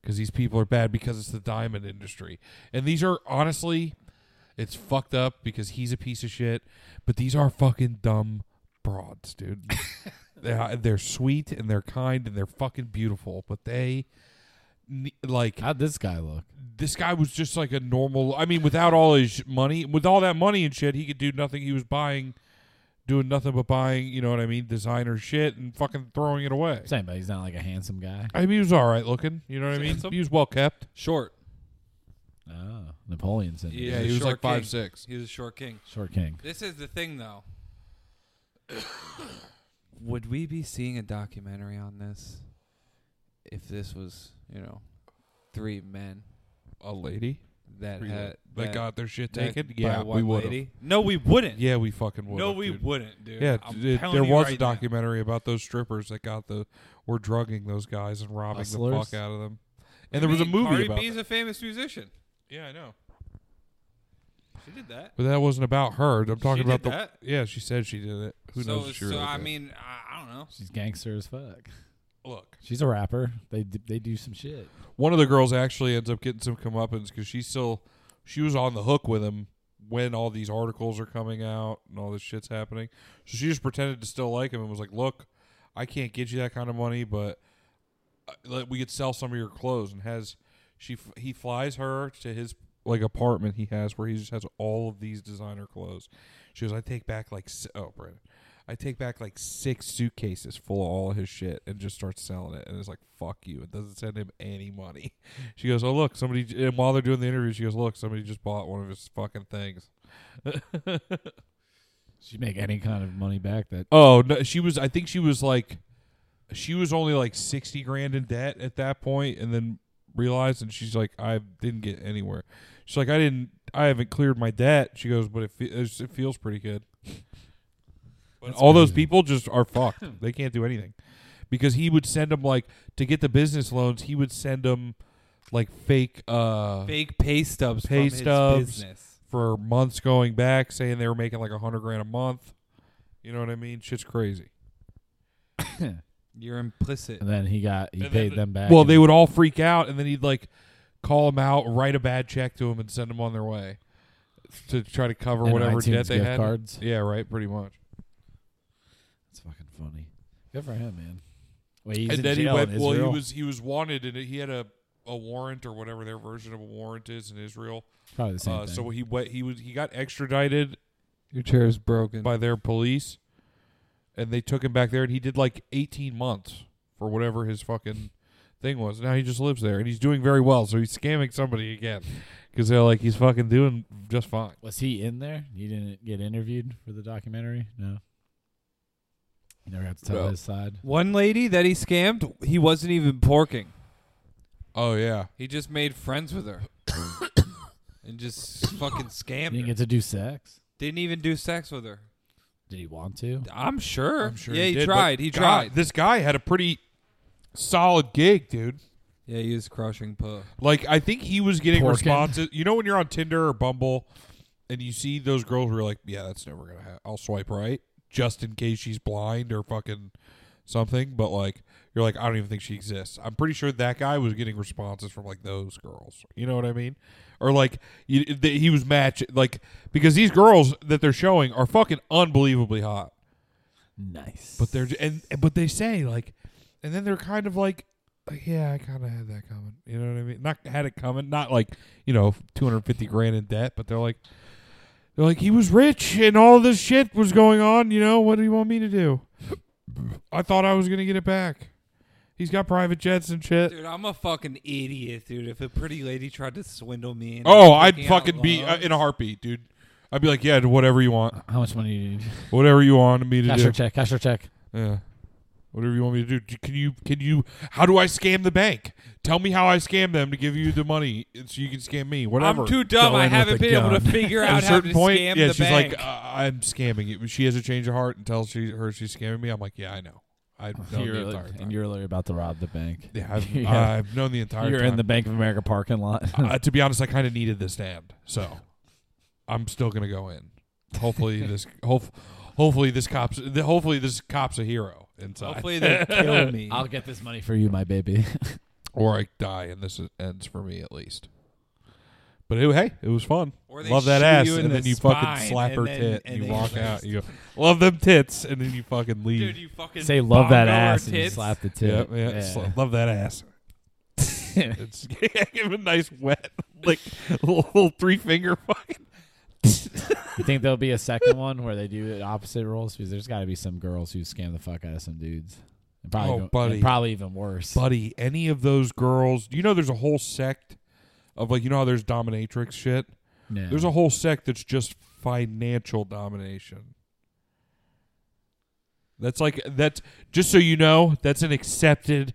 Speaker 3: because these people are bad because it's the diamond industry." And these are honestly, it's fucked up because he's a piece of shit, but these are fucking dumb broads, dude. they're, they're sweet and they're kind and they're fucking beautiful, but they. ne- Like
Speaker 1: How'd this guy look?
Speaker 3: this guy was just like a normal. I mean, without all his money, with all that money and shit, he could do nothing. He was buying, doing nothing but buying. You know what I mean? Designer shit and fucking throwing it away.
Speaker 1: Same, but he's not like a handsome guy.
Speaker 3: I mean, he was all right looking. You know what I mean?
Speaker 6: Handsome?
Speaker 3: He was well kept.
Speaker 6: Short.
Speaker 1: Oh, Napoleon syndrome.
Speaker 6: Yeah,
Speaker 3: Yeah, he
Speaker 6: the
Speaker 3: was like
Speaker 6: short king.
Speaker 3: five six.
Speaker 6: He was a short king.
Speaker 1: Short king.
Speaker 6: This is the thing, though. Would we be seeing a documentary on this if this was, you know, three men
Speaker 3: A lady
Speaker 6: that had
Speaker 3: that, got their shit uh, taken. Yeah,
Speaker 6: by one
Speaker 3: we would.
Speaker 6: lady? No, we wouldn't.
Speaker 3: Yeah, we fucking would.
Speaker 6: no, we wouldn't, dude.
Speaker 3: Yeah,
Speaker 6: I'm
Speaker 3: th-
Speaker 6: telling
Speaker 3: there
Speaker 6: you
Speaker 3: was
Speaker 6: right
Speaker 3: a documentary about those strippers that got the were drugging those guys and robbing
Speaker 1: Hustlers?
Speaker 3: the fuck out of them.
Speaker 6: now.
Speaker 3: And there was a movie
Speaker 6: Cardi
Speaker 3: about.
Speaker 6: B's
Speaker 3: that.
Speaker 6: a famous musician.
Speaker 3: yeah, I know.
Speaker 6: She did that.
Speaker 3: But that wasn't about her. I'm talking
Speaker 6: She
Speaker 3: about
Speaker 6: did
Speaker 3: the
Speaker 6: that.
Speaker 3: Yeah, she said she did it. Who
Speaker 6: so,
Speaker 3: knows? If she
Speaker 6: so
Speaker 3: really
Speaker 6: I
Speaker 3: did.
Speaker 6: mean, I, I don't know.
Speaker 1: She's gangster as fuck.
Speaker 3: look,
Speaker 1: She's a rapper. They d- they do some shit.
Speaker 3: one of the girls actually ends up getting some comeuppance because she's still she was on the hook with him when all these articles are coming out and all this shit's happening. So she just pretended to still like him and was like, "Look, I can't get you that kind of money, but uh, like, we could sell some of your clothes." And has she f- he flies her to his like apartment he has where he just has all of these designer clothes. She goes, "I take back like si- oh, Brandon." I take back like six suitcases full of all his shit and just starts selling it. And it's like, fuck you. It doesn't send him any money. She goes, oh, look, somebody. And while they're doing the interview, she goes, look, somebody just bought one of his fucking things.
Speaker 1: She'd make any kind of money back that
Speaker 3: Oh, no. She was, I think she was like she was only like 60 grand in debt at that point and then realized and she's like i didn't get anywhere she's like i didn't i haven't cleared my debt she goes but it, fe- it's- it feels pretty good but all those people just are fucked they can't do anything because he would send them like to get the business loans he would send them like fake uh
Speaker 5: Fake pay stubs
Speaker 3: Pay
Speaker 5: from
Speaker 3: stubs.
Speaker 5: his business.
Speaker 3: for months going back saying they were making like a hundred grand a month you know what i mean shit's crazy
Speaker 5: You're implicit.
Speaker 1: And then he got he
Speaker 3: And
Speaker 1: paid
Speaker 3: then-
Speaker 1: them back.
Speaker 3: Well,
Speaker 1: and
Speaker 3: they would all freak out, and then he'd like call them out, write a bad check to them, and send them on their way to try to cover
Speaker 1: and
Speaker 3: whatever
Speaker 1: iTunes
Speaker 3: debt they
Speaker 1: gift
Speaker 3: had.
Speaker 1: cards.
Speaker 3: Yeah, right. Pretty much.
Speaker 1: It's fucking funny. Good for him, man. Well, he's in
Speaker 3: and then
Speaker 1: jail
Speaker 3: he went.
Speaker 1: in
Speaker 3: Well, he
Speaker 1: Israel
Speaker 3: was he was wanted, and he had a a warrant or whatever their version of a warrant is in Israel.
Speaker 1: probably the same
Speaker 3: Uh,
Speaker 1: thing.
Speaker 3: so he went. He was he got extradited
Speaker 6: Your chair is broken.
Speaker 3: by their police, and they took him back there, and he did like eighteen months for whatever his fucking thing was. Now he just lives there, and he's doing very well. So he's scamming somebody again because they're like he's fucking doing just fine.
Speaker 1: was he in there? You didn't get interviewed for the documentary? No. You never got to tell
Speaker 3: No.
Speaker 1: his side.
Speaker 6: One lady that he scammed, he wasn't even porking.
Speaker 3: Oh yeah,
Speaker 6: He just made friends with her. and just
Speaker 1: You
Speaker 6: fucking scammed
Speaker 1: didn't
Speaker 6: her.
Speaker 1: get to do sex.
Speaker 6: Didn't even do sex with her.
Speaker 1: Did he want to?
Speaker 6: I'm sure.
Speaker 3: I'm sure.
Speaker 6: Yeah, he,
Speaker 3: did, but
Speaker 6: tried. He
Speaker 3: God,
Speaker 6: tried.
Speaker 3: This guy had a pretty solid gig, dude.
Speaker 6: Yeah, he was crushing puh.
Speaker 3: Like I think he was getting
Speaker 1: Porking.
Speaker 3: responses. You know when you're on Tinder or Bumble, and you see those girls who are like, "Yeah, that's never gonna happen. I'll swipe right just in case she's blind or fucking something." But like, you're like, "I don't even think she exists." I'm pretty sure that guy was getting responses from like those girls. You know what I mean? Or like, you, th- he was match like because these girls that they're showing are fucking unbelievably hot.
Speaker 1: Nice.
Speaker 3: But they're and but they say like, and then they're kind of like, like, yeah, I kind of had that coming. You know what I mean? Not had it coming. Not like you know, two hundred fifty grand in debt. But they're like, they're like, he was rich and all this shit was going on. You know, what do you want me to do? I thought I was gonna get it back. He's got private jets and shit.
Speaker 5: Dude, I'm a fucking idiot, dude. If a pretty lady tried to swindle me, and
Speaker 3: oh,
Speaker 5: I'm
Speaker 3: I'd
Speaker 5: taking out
Speaker 3: fucking be uh,
Speaker 5: loans-
Speaker 3: in a heartbeat, dude. I'd be like, yeah, whatever you want,
Speaker 1: How much money do you need?
Speaker 3: whatever you want me to
Speaker 1: Cash
Speaker 3: do.
Speaker 1: or check. Cash or check.
Speaker 3: Yeah. Whatever you want me to do. Do- Can you can you how do I scam the bank? Tell me how I scam them to give you the money uh, so you can scam me. Whatever.
Speaker 5: I'm too dumb.
Speaker 1: Go
Speaker 5: I
Speaker 1: in with
Speaker 5: haven't
Speaker 1: the
Speaker 5: been able to
Speaker 1: gun.
Speaker 5: figure out
Speaker 3: At a
Speaker 5: how
Speaker 3: certain
Speaker 5: to
Speaker 3: point,
Speaker 5: scam
Speaker 3: yeah,
Speaker 5: the
Speaker 3: she's
Speaker 5: bank.
Speaker 3: like, uh, I'm scamming you. She has a change of heart and tells she her she's scamming me. I'm like, yeah, I know. I've known
Speaker 1: You're
Speaker 3: the
Speaker 1: li-
Speaker 3: entire
Speaker 1: and
Speaker 3: time.
Speaker 1: you're literally about to rob the bank.
Speaker 3: Yeah, I've,
Speaker 1: you're-
Speaker 3: I've known the entire
Speaker 1: You're
Speaker 3: time.
Speaker 1: in the Bank of America parking lot.
Speaker 3: uh, to be honest, I kind of needed this stand, so I'm still gonna go in. Hopefully this hope, hopefully this cops hopefully this cop's a hero inside.
Speaker 5: Hopefully they kill me.
Speaker 1: I'll get this money for you, my baby.
Speaker 3: or I die, and this is, ends for me at least. But it, hey, it was fun.
Speaker 5: Or they
Speaker 3: Love that
Speaker 5: shoot
Speaker 3: ass,
Speaker 5: you in
Speaker 3: and
Speaker 5: the
Speaker 3: then you
Speaker 5: spine,
Speaker 3: fucking slap
Speaker 5: and
Speaker 3: her
Speaker 5: then-
Speaker 3: tit,
Speaker 5: and
Speaker 3: and you
Speaker 5: then
Speaker 3: walk
Speaker 5: you-
Speaker 3: out. You go, love them tits, and then you fucking leave.
Speaker 5: Dude, you fucking
Speaker 1: Say love that
Speaker 5: bongo
Speaker 1: ass
Speaker 5: her
Speaker 1: and you
Speaker 5: tits.
Speaker 1: slap the tip.
Speaker 3: yeah, yeah, sl- love that ass. it's give a nice wet, like little three finger fucking.
Speaker 1: You think there'll be a second one where they do the opposite roles? Because there's got to be some girls who scam the fuck out of some dudes. And probably
Speaker 3: Oh,
Speaker 1: even- and
Speaker 3: buddy.
Speaker 1: probably even worse.
Speaker 3: buddy, any of those girls, you know, there's a whole sect of like, you know how there's dominatrix shit.
Speaker 1: Yeah.
Speaker 3: There's a whole sect that's just financial domination. That's like that's just so you know, that's an accepted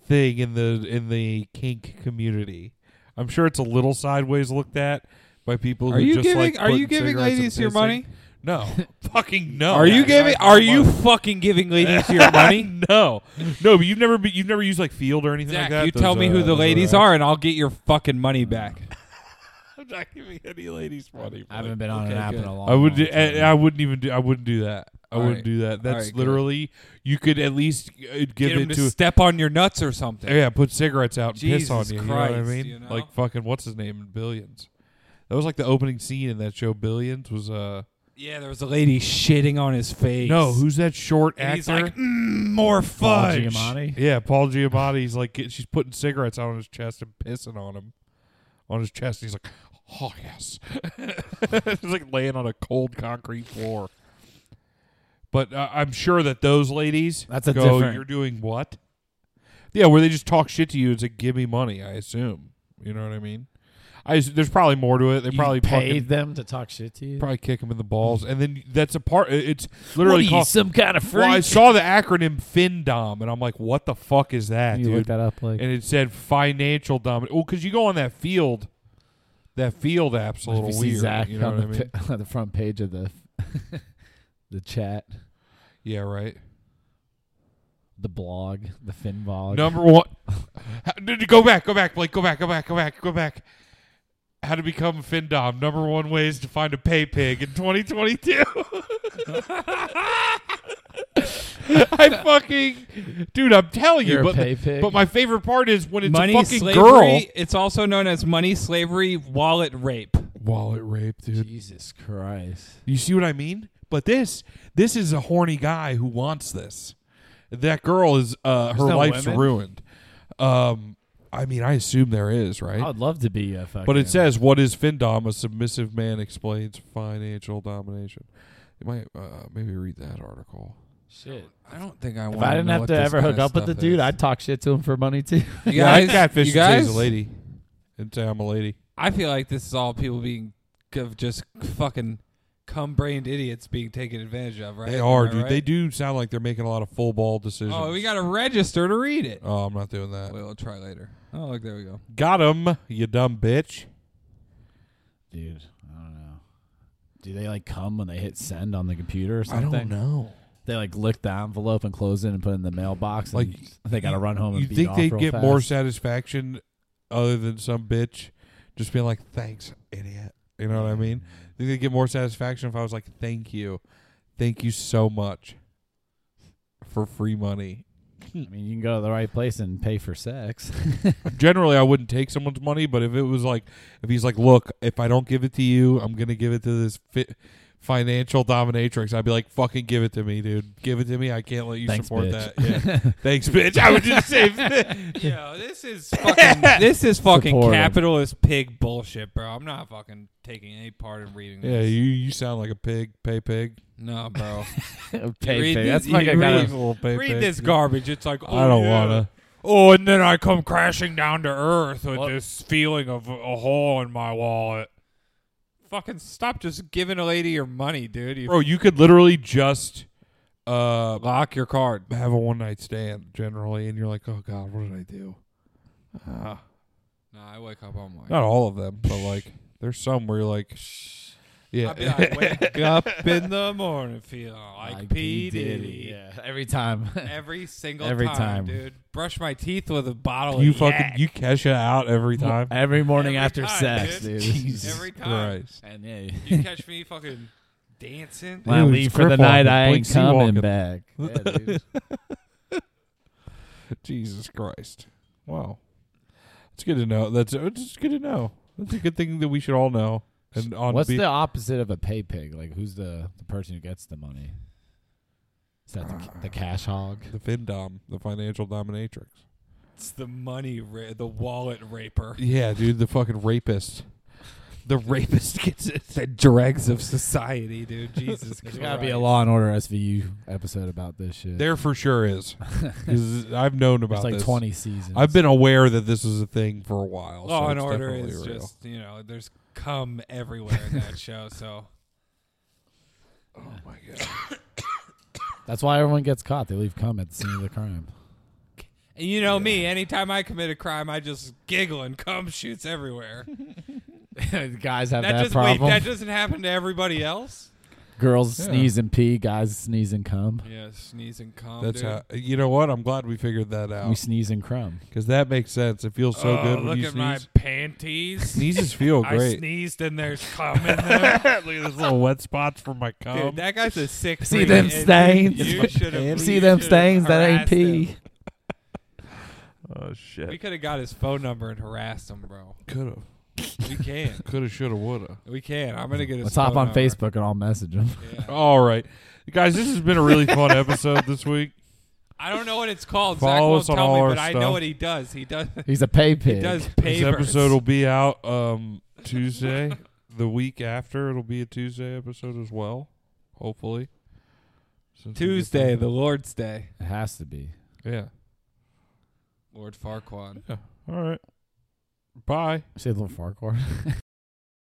Speaker 3: thing in the in the kink community. I'm sure it's a little sideways looked at by people
Speaker 6: Are
Speaker 3: who
Speaker 6: you
Speaker 3: just
Speaker 6: giving
Speaker 3: like
Speaker 6: are
Speaker 3: putting
Speaker 6: you giving
Speaker 3: cigarettes and
Speaker 6: ladies your
Speaker 3: pissing.
Speaker 6: money?
Speaker 3: No. fucking no.
Speaker 6: are you
Speaker 3: Yeah,
Speaker 6: giving
Speaker 3: I-
Speaker 6: are you Oh, fucking giving ladies your money?
Speaker 3: No. No, but you've never be, you've never used like field or anything
Speaker 6: Zach,
Speaker 3: like that.
Speaker 6: you tell
Speaker 3: Those,
Speaker 6: me
Speaker 3: uh,
Speaker 6: who the
Speaker 3: those
Speaker 6: ladies are and I'll get your fucking money back.
Speaker 3: I'm not giving any ladies money.
Speaker 1: I
Speaker 3: bro.
Speaker 1: haven't been on
Speaker 6: Okay,
Speaker 1: an app in
Speaker 6: good.
Speaker 1: a long
Speaker 3: I would.
Speaker 1: long
Speaker 3: do- I,
Speaker 1: time.
Speaker 3: I wouldn't even do. I wouldn't do that. I
Speaker 6: All
Speaker 3: wouldn't
Speaker 6: right.
Speaker 3: do that. That's
Speaker 6: right, good.
Speaker 3: literally. You could at least uh, give
Speaker 6: Get him
Speaker 3: it
Speaker 6: to
Speaker 3: to.
Speaker 6: step on your nuts or something.
Speaker 3: yeah, put cigarettes out and piss on
Speaker 6: Jesus
Speaker 3: you. you know what I
Speaker 6: Christ,
Speaker 3: mean?
Speaker 6: you know?
Speaker 3: Like fucking what's his name in Billions. That was like the opening scene in that show Billions. Was uh
Speaker 6: Yeah, there was a lady shitting on his face.
Speaker 3: no, who's that short
Speaker 6: and
Speaker 3: actor?
Speaker 6: he's like, mm, more
Speaker 1: Paul
Speaker 6: fudge.
Speaker 1: Giamatti?
Speaker 3: yeah, Paul Giamatti's like get- she's putting cigarettes out on his chest and pissing on him, on his chest. He's like, oh yes, he's like laying on a cold concrete floor. But uh, I'm sure that those ladies
Speaker 1: That's a
Speaker 3: go,
Speaker 1: different-
Speaker 3: You're doing what? Yeah, where they just talk shit to you and say, "Give me money." I assume you know what I mean. I just- there's probably more to it. They
Speaker 2: You
Speaker 3: probably
Speaker 2: paid
Speaker 3: fucking-
Speaker 2: them to talk shit to you.
Speaker 3: probably kick him in the balls, and then that's a part. It's literally
Speaker 10: what are you,
Speaker 3: called.
Speaker 10: some kind of freak?
Speaker 3: Well, I saw the acronym FinDom, and I'm like, what the fuck is that,
Speaker 2: you
Speaker 3: dude?
Speaker 2: look that up like
Speaker 3: and it said financial dominance. Well, because you go on that field, that field app's a
Speaker 2: if
Speaker 3: little
Speaker 2: you see
Speaker 3: weird.
Speaker 2: Zach
Speaker 3: you know
Speaker 2: on,
Speaker 3: what I
Speaker 2: the,
Speaker 3: mean?
Speaker 2: pa- on the front page of the the chat,
Speaker 3: Yeah, right.
Speaker 2: the blog, the Finn blog.
Speaker 3: Number one. How, did you go back? Go back, Blake. Go back. Go back. Go back. Go back. How to become a FinDom. Number one ways to find a pay pig in 2022. I fucking dude, I'm telling
Speaker 2: You're
Speaker 3: you,
Speaker 2: a
Speaker 3: but
Speaker 2: pay pig.
Speaker 3: but my favorite part is when it's
Speaker 6: money
Speaker 3: a fucking
Speaker 6: slavery.
Speaker 3: girl.
Speaker 6: It's also known as money slavery, wallet rape.
Speaker 3: Wallet rape, dude.
Speaker 2: Jesus Christ.
Speaker 3: You see what I mean? But this this is a horny guy who wants this. That girl is uh her
Speaker 6: no
Speaker 3: life's
Speaker 6: women?
Speaker 3: ruined. Um I mean, I assume there is, right?
Speaker 2: I would love to be a fucking.
Speaker 3: but it says what is findom a submissive man explains financial domination. You might uh, maybe read that article.
Speaker 2: shit.
Speaker 6: I don't think I
Speaker 2: If
Speaker 6: want.
Speaker 2: I didn't have to ever hook up with the dude, I'd talk shit to him for money too.
Speaker 6: You
Speaker 3: yeah, I
Speaker 6: guys,
Speaker 3: catfish
Speaker 6: you
Speaker 3: and say he's
Speaker 6: guys-
Speaker 3: a lady and say I'm a lady.
Speaker 6: I feel like this is all people being of just fucking cum brained idiots being taken advantage of, right?
Speaker 3: They
Speaker 6: Am
Speaker 3: are,
Speaker 6: I
Speaker 3: dude.
Speaker 6: right?
Speaker 3: They do sound like they're making a lot of full ball decisions.
Speaker 6: Oh, we gotta register to read it.
Speaker 3: Oh, I'm not doing that.
Speaker 6: Wait, we'll try later. Oh, look, there we go.
Speaker 3: Got him, you dumb bitch.
Speaker 2: Dude, I don't know. Do they like come when they hit send on the computer or
Speaker 3: I
Speaker 2: something?
Speaker 3: don't know.
Speaker 2: They like lick the envelope and close it and put it in the mailbox. Like
Speaker 3: Like,
Speaker 2: they got to run home.
Speaker 3: You
Speaker 2: and beat
Speaker 3: think
Speaker 2: off
Speaker 3: they'd
Speaker 2: real
Speaker 3: get
Speaker 2: fast.
Speaker 3: more satisfaction other than some bitch just being like, "Thanks, idiot." You know what I mean? Think they'd get more satisfaction if I was like, "Thank you, thank you so much for free money."
Speaker 2: I mean, you can go to the right place and pay for sex.
Speaker 3: Generally, I wouldn't take someone's money, but if it was like, if he's like, "Look, if I don't give it to you, I'm gonna give it to this fit." Financial dominatrix, I'd be like, fucking give it to me, dude. Give it to me. I can't let you
Speaker 2: Thanks,
Speaker 3: support
Speaker 2: bitch.
Speaker 3: that. Yeah. Thanks, bitch. I would just say,
Speaker 6: Yo, this is fucking this is fucking
Speaker 2: Support 'em.
Speaker 6: capitalist pig bullshit, bro. I'm not fucking taking any part in reading
Speaker 3: yeah,
Speaker 6: this.
Speaker 3: you, you sound like a pig, pay pig.
Speaker 6: no, bro.
Speaker 2: pay,
Speaker 6: read
Speaker 2: pay.
Speaker 6: the-
Speaker 2: That's
Speaker 6: you
Speaker 2: fucking
Speaker 6: read-
Speaker 2: kind of.
Speaker 3: Little pay
Speaker 6: read
Speaker 3: pig.
Speaker 6: this garbage. It's like
Speaker 3: I don't wanna.
Speaker 6: Oh, and then I come crashing down to earth with
Speaker 2: What?
Speaker 6: this feeling of a hole in my wallet. Fucking stop just giving a lady your money, dude. You
Speaker 3: Bro, you could literally just uh
Speaker 6: lock your card.
Speaker 3: have a one night stand generally and you're like, Oh god, what did I do? Ah.
Speaker 6: No, I wake up. I'm like,
Speaker 3: Not all of them, but like there's some where you're like
Speaker 6: I, be like,
Speaker 3: Yeah.
Speaker 6: wake up in the morning feeling like, P Diddy.
Speaker 2: Yeah, every time.
Speaker 6: Every single
Speaker 2: Every
Speaker 6: time,
Speaker 2: time.
Speaker 6: dude. Brush my teeth with a bottle.
Speaker 3: you
Speaker 6: of
Speaker 3: fucking
Speaker 6: Yak.
Speaker 3: you cash it out every time.
Speaker 2: every morning
Speaker 6: Every
Speaker 2: after
Speaker 6: time,
Speaker 2: sex,
Speaker 6: dude.
Speaker 2: dude.
Speaker 3: Jesus
Speaker 6: every time.
Speaker 3: Christ.
Speaker 2: And yeah,
Speaker 6: You catch me fucking dancing.
Speaker 2: when I
Speaker 3: Dude,
Speaker 2: leave
Speaker 3: it's
Speaker 2: for the
Speaker 3: crippled.
Speaker 2: night, I
Speaker 3: Blink
Speaker 2: ain't coming
Speaker 3: Seawalking.
Speaker 2: back. Yeah, dude.
Speaker 3: Jesus Christ. Wow. It's good to know. That's it's just good to know. That's a good thing that we should all know. And on
Speaker 2: What's
Speaker 3: be-
Speaker 2: the opposite of a pay pig? Like, who's the, the person who gets the money? Is that the, the cash hog?
Speaker 3: the FinDom, the financial dominatrix.
Speaker 6: It's the money, ra- the wallet raper.
Speaker 3: Yeah, dude, the fucking rapist. The rapist gets it.
Speaker 6: The dregs of society, dude. Jesus
Speaker 2: There's
Speaker 6: Christ.
Speaker 2: got to be a Law and Order SVU episode about this shit.
Speaker 3: There for sure is. 'Cause I've known about
Speaker 2: There's like
Speaker 3: this.
Speaker 2: 20 seasons.
Speaker 3: I've been aware that this was a thing for a while.
Speaker 6: Law
Speaker 3: so
Speaker 6: and
Speaker 3: it's
Speaker 6: Order
Speaker 3: definitely
Speaker 6: is
Speaker 3: real.
Speaker 6: just, you know, there's cum everywhere in that show, so.
Speaker 3: Oh
Speaker 2: That's why everyone gets caught. They leave cum at the scene of the crime.
Speaker 6: And you know me, anytime I commit a crime, I just giggle and cum shoots everywhere.
Speaker 2: guys have
Speaker 6: That,
Speaker 2: that,
Speaker 6: just
Speaker 2: problem.
Speaker 6: wait, that doesn't happen to everybody else.
Speaker 2: Girls
Speaker 3: Yeah.
Speaker 2: sneeze and pee. Guys sneeze and cum.
Speaker 6: Yeah, sneeze and cum.
Speaker 3: That's
Speaker 6: dude.
Speaker 3: how. You know what? I'm glad we figured that
Speaker 2: We
Speaker 3: out
Speaker 2: sneeze and crumb.
Speaker 3: because that makes sense. It feels so
Speaker 6: Oh,
Speaker 3: good when
Speaker 6: look
Speaker 3: you
Speaker 6: at
Speaker 3: sneeze.
Speaker 6: my panties.
Speaker 3: Sneezes feel
Speaker 6: I
Speaker 3: great.
Speaker 6: sneezed and there's cum in them.
Speaker 3: look at those little wet spots from my cum.
Speaker 6: Dude, that guy's a sick.
Speaker 2: See
Speaker 6: freak,
Speaker 2: them
Speaker 6: and you-
Speaker 2: stains?
Speaker 6: You should've-
Speaker 2: See
Speaker 6: you
Speaker 2: them
Speaker 6: should've
Speaker 2: stains that ain't
Speaker 6: harassed him.
Speaker 2: pee.
Speaker 3: oh
Speaker 6: We
Speaker 3: shit!
Speaker 6: could have got his phone number and harassed him, bro.
Speaker 3: Could have,
Speaker 6: We can.
Speaker 3: could have, should have, would have.
Speaker 6: We can. I'm gonna get his.
Speaker 2: Let's hop
Speaker 6: phone
Speaker 2: on
Speaker 6: number.
Speaker 2: Facebook and I'll message them.
Speaker 6: Yeah.
Speaker 3: All right, guys, this has been a really fun episode this week.
Speaker 6: I don't know what it's called. Zach
Speaker 3: Follow
Speaker 6: won't
Speaker 3: us on
Speaker 6: tell
Speaker 3: all
Speaker 6: me,
Speaker 3: our
Speaker 6: but I know
Speaker 3: stuff.
Speaker 6: what he does. He does.
Speaker 2: He's a pay
Speaker 6: He
Speaker 2: pig.
Speaker 6: does
Speaker 3: This
Speaker 6: pavers.
Speaker 3: episode will be out um, Tuesday. the week after, it'll be a Tuesday episode as well. Hopefully, Since we get
Speaker 6: Tuesday,
Speaker 3: that-
Speaker 6: the Lord's Day.
Speaker 2: It has to be.
Speaker 3: yeah.
Speaker 6: Lord Farquaad.
Speaker 3: Yeah. All right.
Speaker 11: Bye.
Speaker 2: Say a little Farquhar.